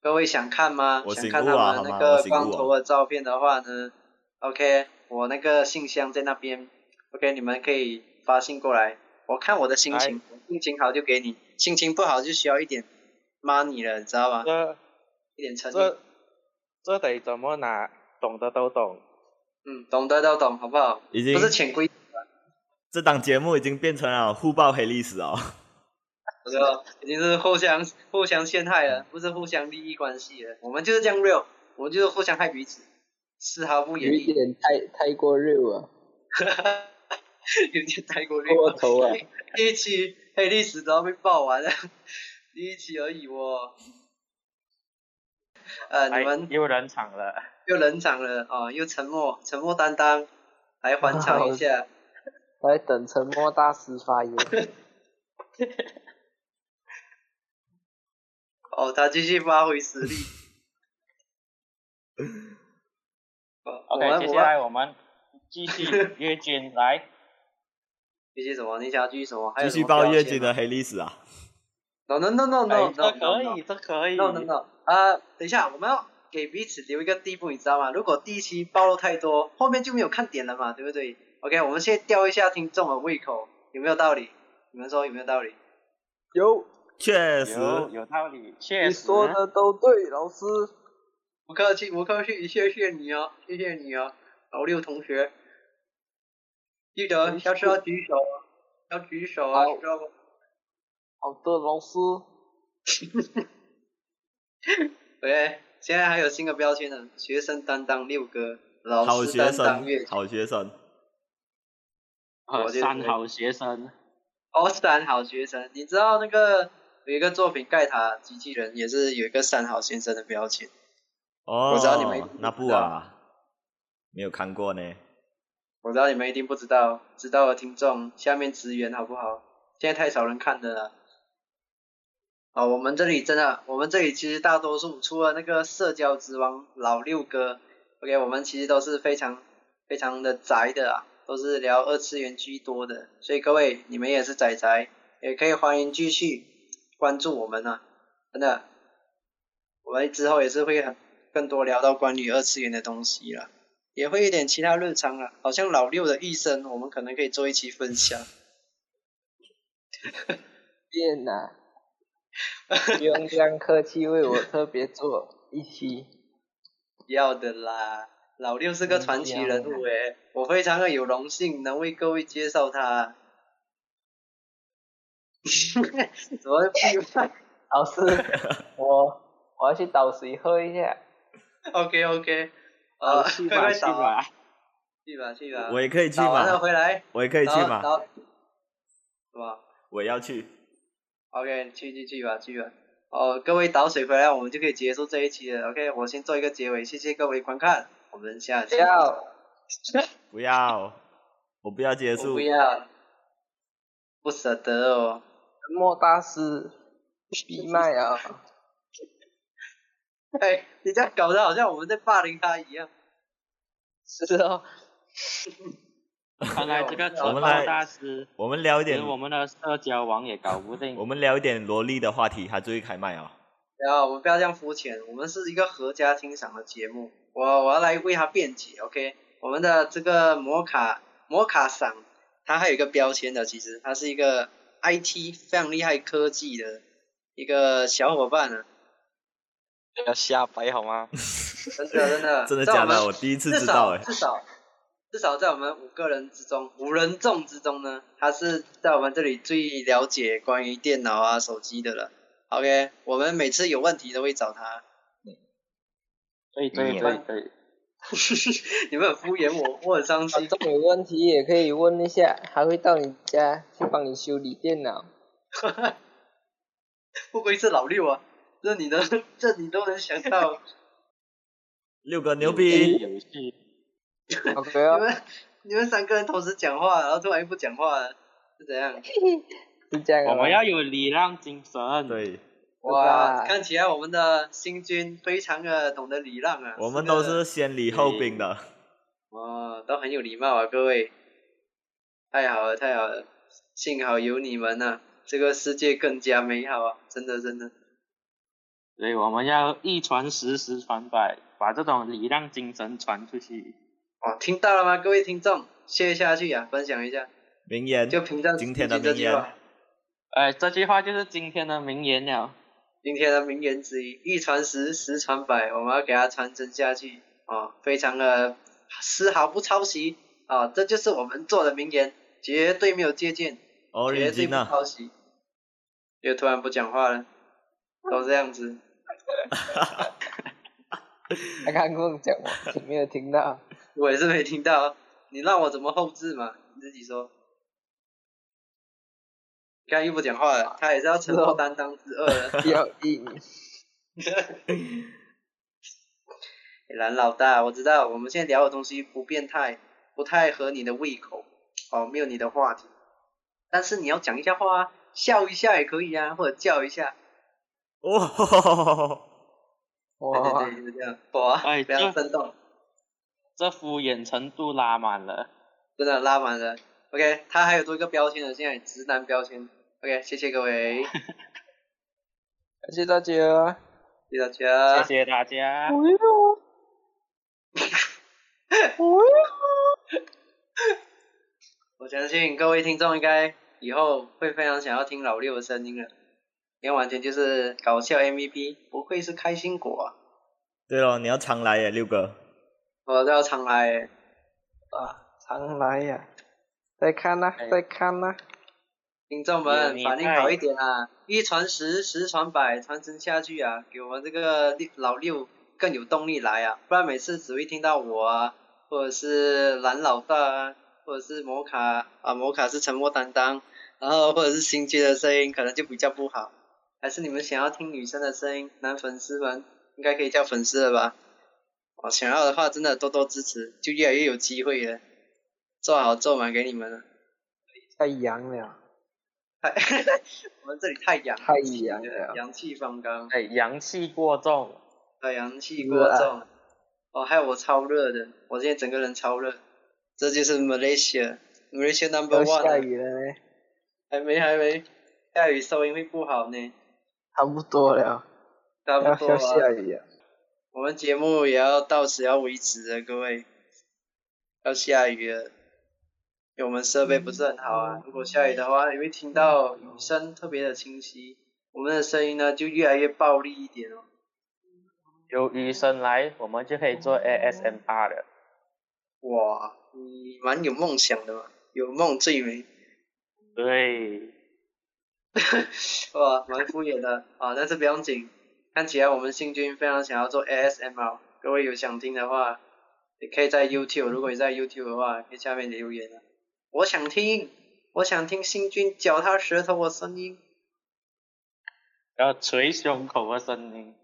各位想看吗？我想醒看悟他了们好那吗个我醒悟啊光头的照片的话呢，OK，我那个信箱在那边，OK，你们可以发信过来，我看我的心情，哎心情好就给你，心情不好就需要一点 money 了，你知道吗？这一点诚意，这这得怎么拿？懂的都懂。嗯，懂得都懂，好不好？已经不是潜规则，这档节目已经变成了互爆黑历史哦。我知道已经是互相互相陷害了，不是互相利益关系了。我们就是这样 real，我们就是互相害彼此，丝毫不有掩一饰，点太太过热啊， 有点太过 real 过了。头啊！第一期黑历史都要被爆完了， 第一期而已哦。呃，哎你们，又冷场了。又冷场了啊、哦又沉默，沉默担当来还场一 下。在等沉默大师发言。哦，他继续发挥实 力。哦我 OK，们接我下们来我们继续约军来。继续什么？你想要继续什 么？还有继什续么爆标月签经吗的黑历史啊！ No no no no 哎 no，这 no 可 no 以，这可以。 no no no 啊！等一下，我们要给彼此留一个地步，你知道吗？如果第一期暴露太多，后面就没有看点了嘛，对不对？OK，我们先吊一下听众的胃口，有没有道理？你们说有没有道理？有，确实，有有道理，确你实。说的都对，老师。不客气，不客气，谢谢你哦，谢谢你哦，老六同学，记得没下次要事举手哦，要举手啊，好知道吗？好的，老师。喂，现在还有新的标签呢，学生担当六哥，好老师学担当生月，，好学生，呃我觉得三好学生。哦，三好学生，你知道那个有一个作品《盖塔机器人》也是有一个三好先生的标签，哦，我知道你们一定不知道那部啊，没有看过呢。我知道你们一定不知道，知道的听众下面支援好不好？现在太少人看的了。哦，我们这里真的，我们这里其实大多数除了那个社交之王老六哥，OK，我们其实都是非常非常的宅的啊，都是聊二次元居多的，所以各位你们也是宅宅，也可以欢迎继续关注我们啊。真的，我们之后也是会很更多聊到关于二次元的东西啦，也会一点其他日常啦，啊好像老六的一生，我们可能可以做一期分享。变 呐、不用这样客气，为我特别做一期。要的啦，老六是个传奇嗯人物诶、我非常的有荣幸能为各位介绍 他。怎么屁话 老师，我我要去倒水喝一下， ？OK OK，呃，去快吧快去倒啊，吧。去吧去吧，我也可以去倒完了嘛，回来，我也可以去然后嘛，然后什么？我也要去。 OK，去去去吧，去吧。哦，各位导水回来，我们就可以结束这一期了。OK，我先做一个结尾，谢谢各位观看，我们下期。要不要，我不要结我束不。要，不舍得哦。沉默大师闭麦啊！哎，你这样搞得好像我们在霸凌他一样。是哦，看来这个我沉们默来大师，我们聊一点连，我们的社交网也搞不定我。们聊一点萝莉的话题，他就会开麦啊。不要，我们不要这样肤浅，我们是一个合家欣赏的节目。我我要来为他辩解，OK？我们的这个摩卡摩卡桑，它还有一个标签的，其实它是一个 IT 非常厉害科技的一个小伙伴啊呢、不要瞎掰好吗？真的真的 真的在我假们的？我第一次至知少道哎。至少至少在我们五个人之中，五人众之中呢，他是在我们这里最了解关于电脑啊、手机的了。OK，我们每次有问题都会找他。 对对对对，你们很敷衍我，我很伤观心。 众有问题也可以问一下，还会到你家去帮你修理电脑。不愧是老六啊，这你能，这你都能想到。六哥牛有趣逼！有趣， OK 你 哦，们你们三个人同时讲话，然后突然不讲话了，是怎样？是这样啊。我们要有礼让精神。，对，哇，吧看起来我们的新军非常的懂得礼让啊。我们个都是先礼后兵的。哦，都很有礼貌啊，各位，太好了，太好了，幸好有你们呐、这个世界更加美好啊，真的真的，所以我们要一传十，十传百，把这种礼让精神传出去。哦，听到了吗，各位听众，谢下去啊，分享一下，名言，就评价今天的这名句言话，，哎，这句话就是今天的名言了。今天的名言之一，一传十，十传百，我们要给它传承下去哦，非常的丝毫不抄袭啊、这就是我们做的名言，绝对没有借鉴，绝对不 origin 啊，抄袭，又突然不讲话了，都这样子。他刚刚跟我讲，我没有听 到。我也是没听到，你让我怎么后置嘛？你自己说。你看又不讲话了，他也是要承受担当之二的。要硬， 蓝老大，我知道我们现在聊的东西不变态，不太合你的胃口，哦，没有你的话题。但是你要讲一下话啊，笑一下也可以啊，或者叫一下。哇，对哇对，对，就是这样。哇，哎不要这生动，这敷衍程度拉满了。真的拉满了。OK，他还有多一个标签的，现在直男标签。OK，谢谢各位，感 谢大家，谢谢大家。谢谢大家。哎呦，哎呦，我相信各位听众应该以后会非常想要听老六的声音了，因为完全就是搞笑 MVP，不愧是开心果啊！对了，你要常来耶，六哥。我都要常来啊耶，常来呀、再看呐、哎再看呐、听众有们你反应在好一点啊！一传十，十传百，传承下去啊，给我们这个六老六更有动力来啊！不然每次只会听到我啊，或者是蓝老大啊，或者是摩卡啊，摩卡是沉默担当，然后或者是新街的声音，可能就比较不好。还是你们想要听女生的声音，男粉丝们应该可以叫粉丝了吧？哦，想要的话真的多多支持，就越来越有机会了。做好做满给你们了， 太阳了，太我们这里太洋太气洋了了阳气方刚，哎，阳气过重，太阳气热过啊重。哦，还有我超热的，我现在整个人超热，这就是 Malaysia，Malaysia number 要 one 啊。下雨了嘞，还没还没，下雨收音会不好呢。差不多了，差不要多啊 要了。下雨啊了。我们节目也要到此要为止了，各位，要下雨了。因为我们设备不是很好啊，如果下雨的话，你会听到雨声特别的清晰，我们的声音呢就越来越暴力一点哦。有雨声来，我们就可以做 ASMR 了。哇，你蛮有梦想的嘛，有梦最美。对，哇，蛮敷衍的啊，但是不用紧。看起来我们新军非常想要做 ASMR，各位有想听的话，也可以在 YouTube，如果你在 YouTube 的话，可以下面留言啊。我想听，我想听新军脚踏舌头的声音，要捶胸口的声音。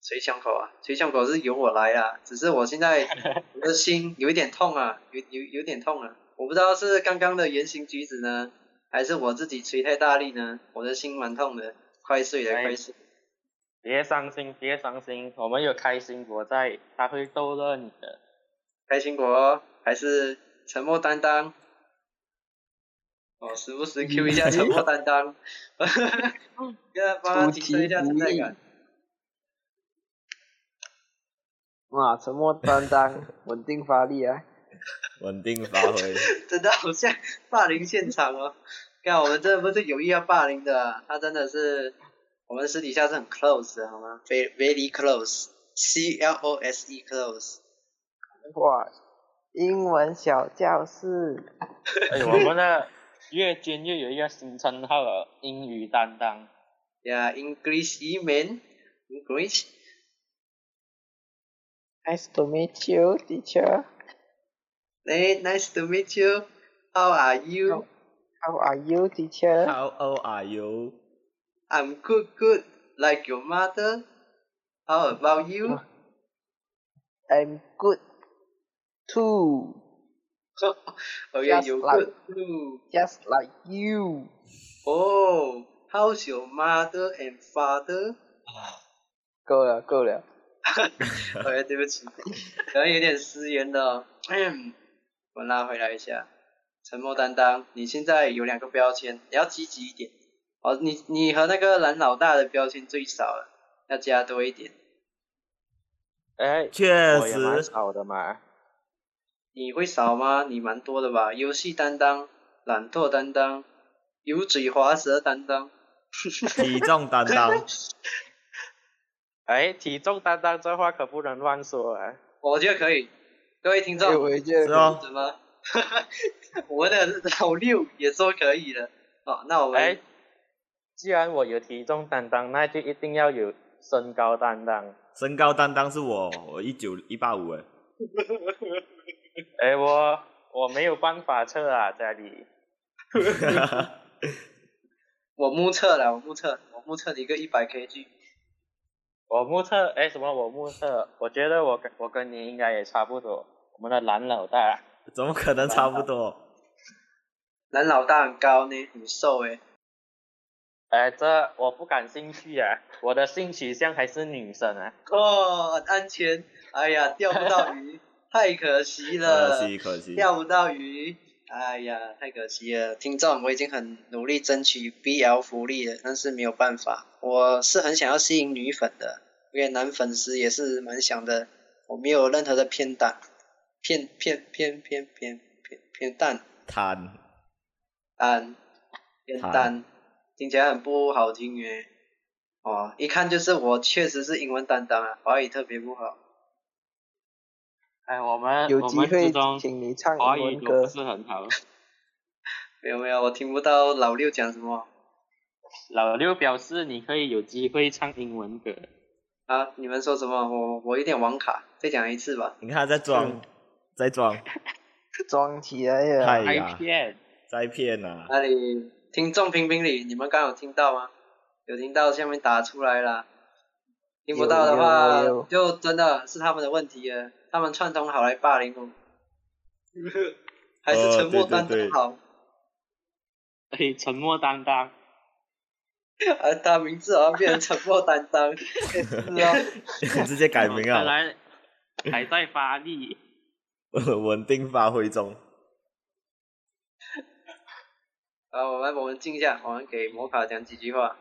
捶胸口啊，捶胸口是由我来啊，只是我现在我的心有一点痛啊，有有有点痛啊，我不知道是刚刚的言行举止呢，还是我自己捶太大力呢，我的心蛮痛的，快睡了，哎快睡。别伤心，别伤心，我们有开心果在，他会逗乐你的。开心果还是沉默担当？哦，时不时 Q 一下沉默担 当，要帮他提升 一下存在感。哇，沉默 担当，稳定发力啊！稳定发挥。真的好像霸凌现场哦！看我们真的不是有意要霸凌的啊、他真的是我们私底下是很 close 的好吗？very very close，C L O S E close。哇，英文小教室，哎，我们的月军又有一个新称号了，英语担当。 Yeah，English e m a n English。 Nice to meet you, teacher. Hey, nice to meet you. How are you? How are you, teacher? How old are you？ I'm good, good, like your mother. How about Ah, you? I'm good. Too, okay, Just Oh, you're like- good too. just like you. Oh, how's your mother and father? 够了，够了。哎，对不起，可能有点失言的、哦。我们拉回来一下，沉默担当，你现在有两个标签，你要积极一点。哦，你你和那个蓝老大的标签最少了，要加多一点。哎，确我也蛮实，少的嘛。你会少吗？你蛮多的吧？游戏担当、懒惰担当、油嘴滑舌担当。 体重担当，哎，体重担当这话可不能乱说啊。我觉得可以。各位听众，哎我也觉是得哦什么？ 我的老六也说可以了。哦，那我们、哎，既然我有体重担当，那就一定要有身高担当。身高担当是我，我一九一八五哎， 哎，我我没有办法测啊，家里。我目测了，我目测，我目测你一个一百 kg。我目测，哎，什么？我目测，我觉得我跟我跟你应该也差不多。我们的蓝啊老大，怎么可能差 不多？男老大很高呢，很瘦诶。哎，这我不感兴趣啊，我的性取向还是女生啊。哦，很安全。哎呀，钓不到鱼，太可惜了。 可惜可惜，钓不到鱼，哎呀，太可惜了。听众，我已经很努力争取 BL 福利了，但是没有办法，我是很想要吸引女粉的，因为男粉丝也是蛮想的，我没有任何的偏袒，偏偏偏偏偏偏偏袒，贪担，偏好担，听起来很不好听耶。哦，一看就是我确实是英文担当啊，华语特别不好。哎，我们有我机们之会中请你唱华英语文都歌不。是很好。没有没有，我听不到老六讲什么老六表示你可以有机会唱英文歌。啊？你们说什么？我我有点网卡，再讲一次吧。你看他在装，在装， 装起来啊嗨呀！拍哎呀，片，在骗啊呐！那里听众评评理，你们刚有听到吗？有听到下面打出来啦，听不到的话有有有就真的是他们的问题了，他们串通好来霸凌我，还是沉默担当好？哎，沉默担当。啊，他名字好像变成沉默担当，是啊， 直接改名看啊，来还在发力。稳定发挥中。呃啊，我们我们静一下，我们给摩卡讲几句话。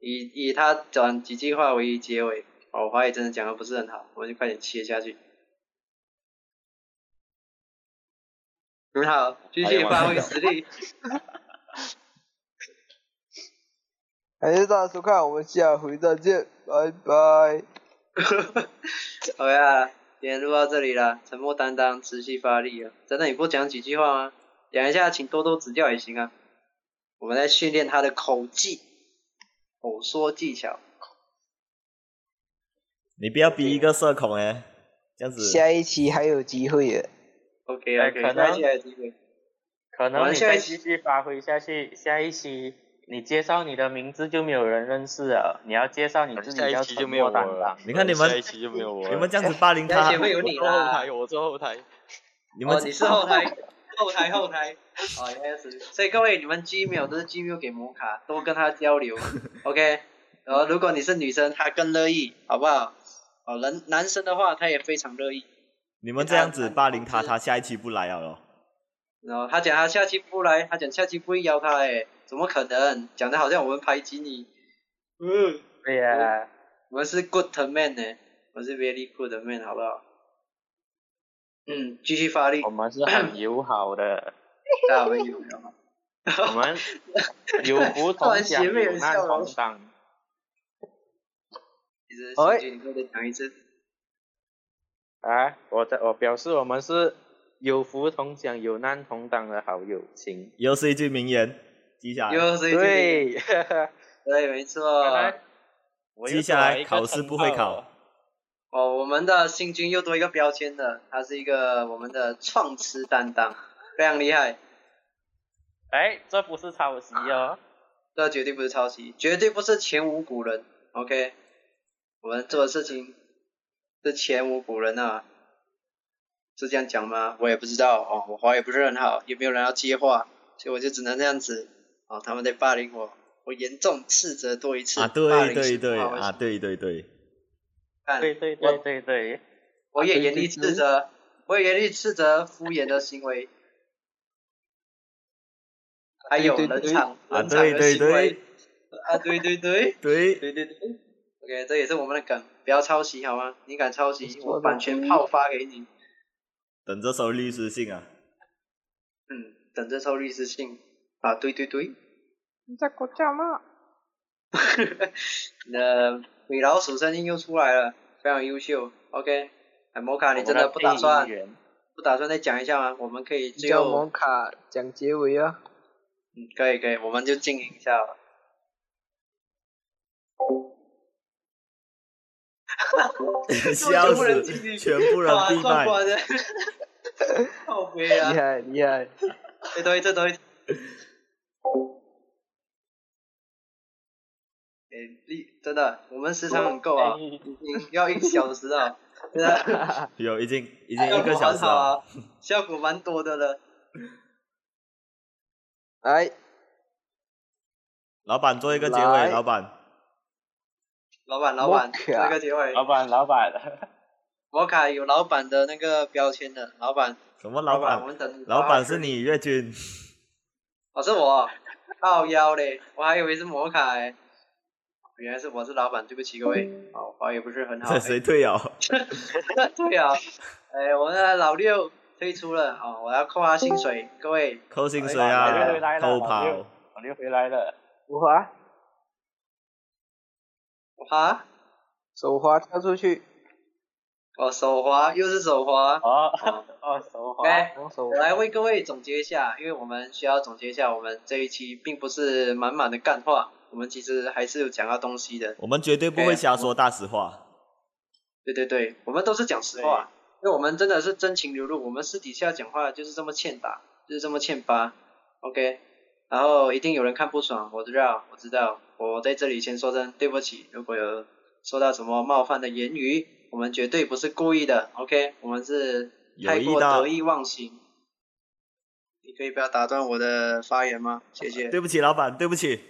以以他讲几句话为结尾。哦，我华语真的讲的不是很好，我们就快点切下去。很好，继续发挥实力。感谢大家收看，我们下回再见，拜拜。好呀，今天录到这里了，沉默担当，持续发力啊！真的，你不讲几句话吗？讲一下，请多多指教也行啊。我们在训练他的口技、口说技巧。你不要逼一个社恐哎、这样子下一期还有机会的， OK 哎 OK，可下能一期还有机会。可我能们你下一再期继续发挥下去，下一期你介绍你的名字就没有人认识了，你要介绍你自己下一要期就沉没默有我担了当。。你看你们下一期就没有我了。你们这样子霸凌他哎下一期，会有你我坐后啦台，。我坐后台。你们、哦，你是后台，后台后台， 哦，原来是，所以各位你们 Gmail 都是 Gmail 给摩卡，多跟他交 流，OK。然后如果你是女生，她更乐意，好不好？哦，人男生的话，他也非常乐意。你们这样子霸凌他他，他下一期不来了咯。然后他讲他下期不来，他讲下期不会邀他，哎，怎么可能？讲的好像我们排挤你，嗯，对呀、我们是 good man 呢、我是 very good man，好不好？嗯，继续发力我，们是很友好的，大家有有没有？我 们有福突同然享，邪魅有人难笑容同当。其实哎小姐，你可以再讲一次。啊，我在我表示我们是有福同享、有难同当的好友情。又是一句名言，记下来。又是一句名言对，对，没错。看来我又记下多了来，一个考试称不会号考哦。。哦，我们的新军又多一个标签的，他是一个我们的创吃担当，非常厉害。哎，这不是抄袭哦，这绝对不是抄袭，绝对不是前无古人。OK，我们做的事情是前无古人啊，是这样讲吗？我也不知道哦，我华语不是很好，也没有人要接话，所以我就只能这样子。哦，他们在霸凌我，我严重斥责多一次。啊，霸对凌对是对不好的啊，事，对对对，看 对对我对对对，我也严厉斥责，我也严厉斥责敷衍的行为，还有对对冷对场啊，冷场对的对行对为，啊，对对对对，对对对，OK，这也是我们的梗，不要抄袭好吗？你敢抄袭，错的我版权炮发给你，等着收律 师信啊。嗯，等着收律师信啊，对对 对，你在狗叫吗？那米老鼠声音又出来了，非常优秀，OK，哎，摩卡，你真的我不打配音算员不打算再讲一下吗？我们可以最叫后蒙，卡讲结尾啊。嗯，可以可以，我们就静音一下吧。笑全部人进死，去全部人哇闭壮麦。观的，好悲啊厉！害厉害，这东西，这东西。哎，力真的，我们时长很够啊，已经要一个小时了，真的，有，已经已经效果一个小很时哎好了。啊，效果蛮多的了。来，老板做一个结来尾，老板。老板，老板，摩卡做一个结尾，老板老板，摩卡有老板的那个标签的，老板，什么老板，我们板？等老板是，你岳军，哦，是我，靠腰嘞，我还以为是摩卡哎，原来是我是老板，对不起各位，哦，华语不 是很好，这 谁退哦？对啊，哎，我们的老六退出了哦，我要扣他薪水，各位扣薪水老六啊，来了偷老六跑。我又回来了，五花啊，手滑跳出去，哦手滑又是手滑，哦哦哦手滑，哎双手我来为各位总结一下，因为我们需要总结一下，我们这一期并不是满满的干话，我们其实还是有讲到东西的，我们绝对不会瞎说大实话。对对对，我们都是讲实话，因为我们真的是真情流露，我们私底下讲话就是这么欠打，就是这么欠巴，OK。然后一定有人看不爽，我知道，我知道，我在这里先说声对不起，如果有说到什么冒犯的言语，我们绝对不是故意的，OK，我们是太过有意的得意忘形。你可以不要打断我的发言吗？谢谢。对不起，老板，对不起。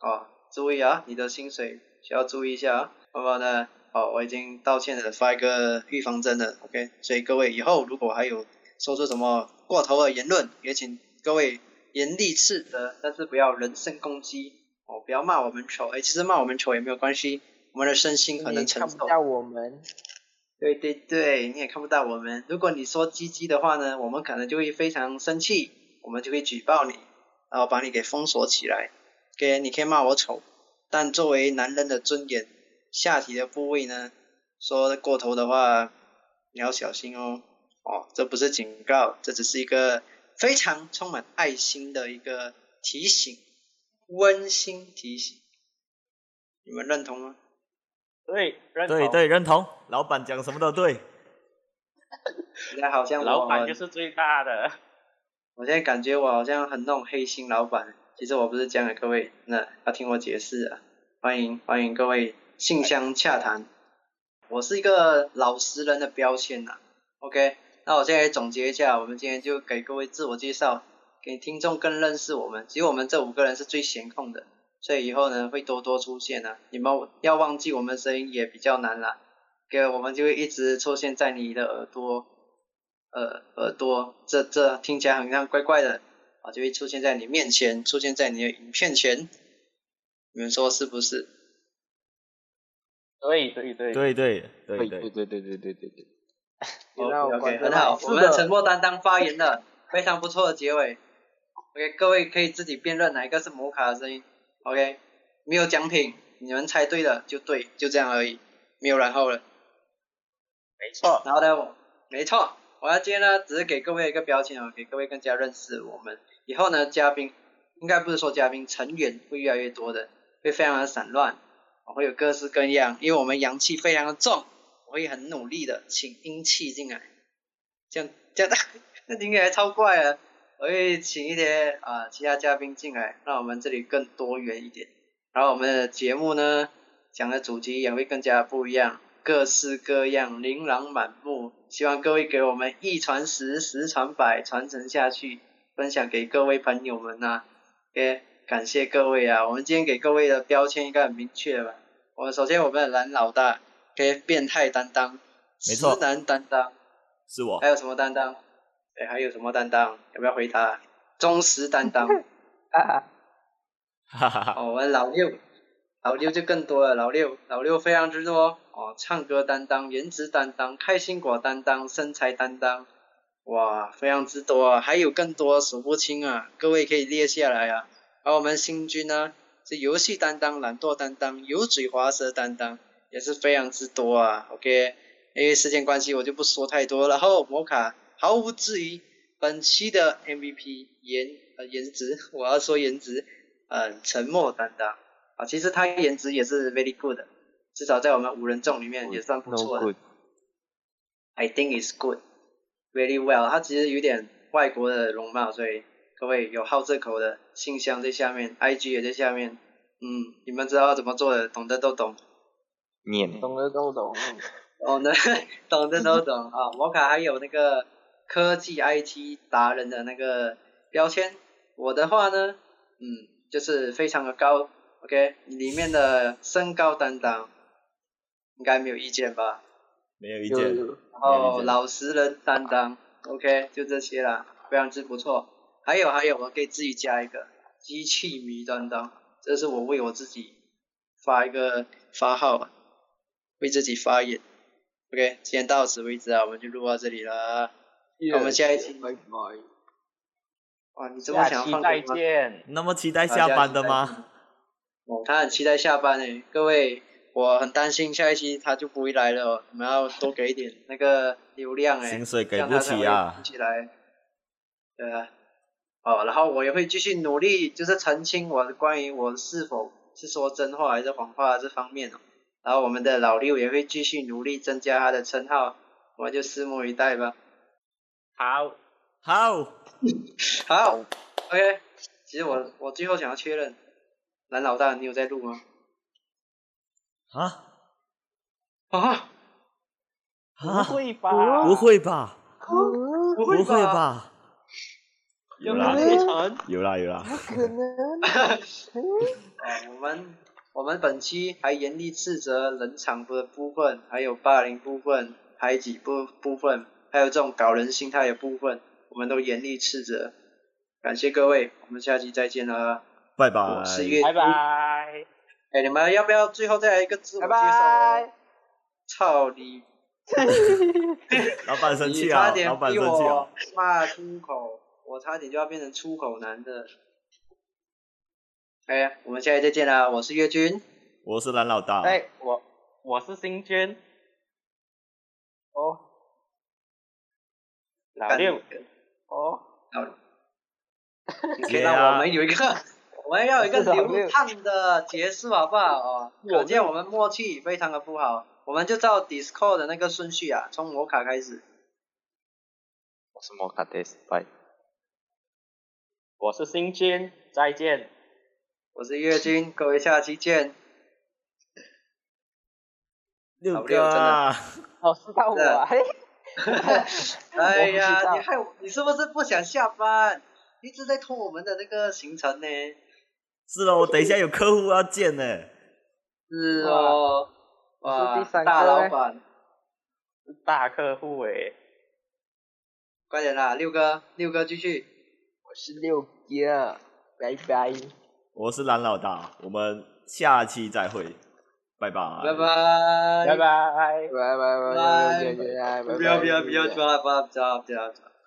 哦，注意啊，你的薪水需要注意一下啊，好不好呢？哦，我已经道歉了，发一个预防针了，OK。所以各位以后如果还有说出什么过头的言论，也请各位严厉斥责，但是不要人身攻击哦，不要骂我们丑。哎，其实骂我们丑也没有关系，我们的身心很你能也承看受不。到我们，对对对，你也看不到我们。如果你说鸡鸡的话呢，我们可能就会非常生气，我们就会举报你，然后把你给封锁起来。给你可以骂我丑，但作为男人的尊严，下体的部位呢，说得过头的话，你要小心哦。哦，这不是警告，这只是一个非常充满爱心的一个提醒，温馨提醒。你们认同吗？对，认对同。对，认同。老板讲什么都对。现在好像我老板就是最大的，我现在感觉我好像很那种黑心老板，其实我不是这样的，各位，那要听我解释啊。欢迎欢迎各位信箱洽谈，我是一个老实人的标签呐、OK，那我现在总结一下，我们今天就给各位自我介绍，给听众更认识我们。其实我们这五个人是最闲空的，所以以后呢会多多出现啊。你们要忘记我们声音也比较难啦，给我们就会一直出现在你的耳朵。呃耳朵，这这听起来很像怪怪的啊，就会出现在你面前，出现在你的影片前，你们说是不是？对对对，对对对对对对对对对对对对，别让我 OK，管哦很好，我是们的的，沉默担当发言了，非常不错的结尾。OK，各位可以自己辨认哪一个是摩卡的声音。OK，没有奖品，你们猜对了就对，就这样而已，没有然后了。没错，然后呢，我没错，我要今天呢，只是给各位一个标签哦，给各位更加认识我们。以后呢，嘉宾应该不是说嘉宾，成员会越来越多的，会非常的散乱，会有各式各样，因为我们阳气非常的重，我会很努力的请阴气进来，这样这样， 那听起来超怪了。我会请一些啊、其他嘉宾进来，让我们这里更多元一点。然后我们的节目呢，讲的主题也会更加不一样，各式各样，琳琅满目。希望各位给我们一传十，十传百，传承下去，分享给各位朋友们呐、也感谢各位啊！我们今天给各位的标签应该很明确吧？我们首先我们的蓝老大，给变态担当，没错直男担当，是我还。有什么担当？哎，还有什么担当？要不要回答？忠实担当。哈哈，哈哈哈。哦，我们老六，老六就更多了，老六，老六非常之多哦，唱歌担当、颜值担当、开心果担当、身材担当，哇，非常之多啊，还有更多数不清啊，各位可以列下来啊。而我们新军呢，是游戏担当、懒惰担当、油嘴滑舌担当，也是非常之多啊。OK，因为时间关系，我就不说太多。然后摩卡毫无质疑，本期的 MVP 颜呃颜值， 我要说颜值，呃沉默担当啊，其实他颜值也是 very good 的，至少在我们五人众里面也算不嗯 No 错的。 good I think it's good, really well。它其实有点外国的容貌，所以各位有好这口的信箱在下面，IG 也在下面。嗯，你们知道怎么做的，懂得都懂，念懂的都懂。懂的 懂的都懂啊。摩卡还有那个科技 IT 达人的那个标签，我的话呢，嗯，就是非常的高。OK，里面的身高担当应该没有意见吧？ 没有意有见。有，哦，老实人担当，OK，就这些啦，非常之不错。还有还有，我可以自己加一个机器迷担当，这是我为我自己发一个发号啊，为自己发言。OK，今天到此为止啊，我们就录到这里了。我们下一期拜拜。哇，你这么下想期放再歌吗？见。那么期待下班的吗？哦，他很期待下班诶，各位，我很担心下一期他就不会来了哦，你们要多给一点那个流量欸诶，薪水给这样不他才起会啊红！起来，对啊，哦，然后我也会继续努力，就是澄清我关于我是否是说真话还是谎话这方面哦。然后我们的老六也会继续努力增加他的称号，我们就拭目以待吧。好，好，好，OK，其实我我最后想要确认，蓝老大，你有在录吗？ 啊啊，不啊！会吧？不会吧？不不吧？会吧？有啦没有有啦有啦！可能啊，我们我们本期还严厉斥责冷场的部分，还有霸凌部分、排挤部部分，还有这种搞人心态的部分，我们都严厉斥责。感谢各位，我们下期再见了。拜拜。我是月拜。拜。哎，你们要不要最后再来一个自我拜介绍？拜。操你！老板生你气差啊！点老板逼生气啊我！骂出口，我差点就要变成出口男的。哎呀，我们下期再见啦！我是岳军，我是蓝老大。哎、我我是新娟，哦老六，哦， 啊可以让我们有一个，我们要有一个啊是老啊六流畅的结束，好不好？哦，可见我们默契非常的不好，我们就照 Discord 的那个顺序啊，从摩卡开始。我是摩卡德斯，拜。我是新娟，再见。我是岳 军，各位下期见。六老六真哥啊的，哦，是到我啊，嘿，哎我不知呀，道你害我，你是不是不想下班？一直在拖我们的那个行程呢？是 了，我等一下有客户要见呢。是哦，哇哇，是第三个大嘞老板，大客户哎诶，快点啦，六哥，六哥继续。我是六哥，拜拜，我是蓝老大，我们下期再会，拜拜，拜。拜，拜。拜拜拜拜拜，拜拜拜拜，不不要不要不要抓了，不要不要不要抓了。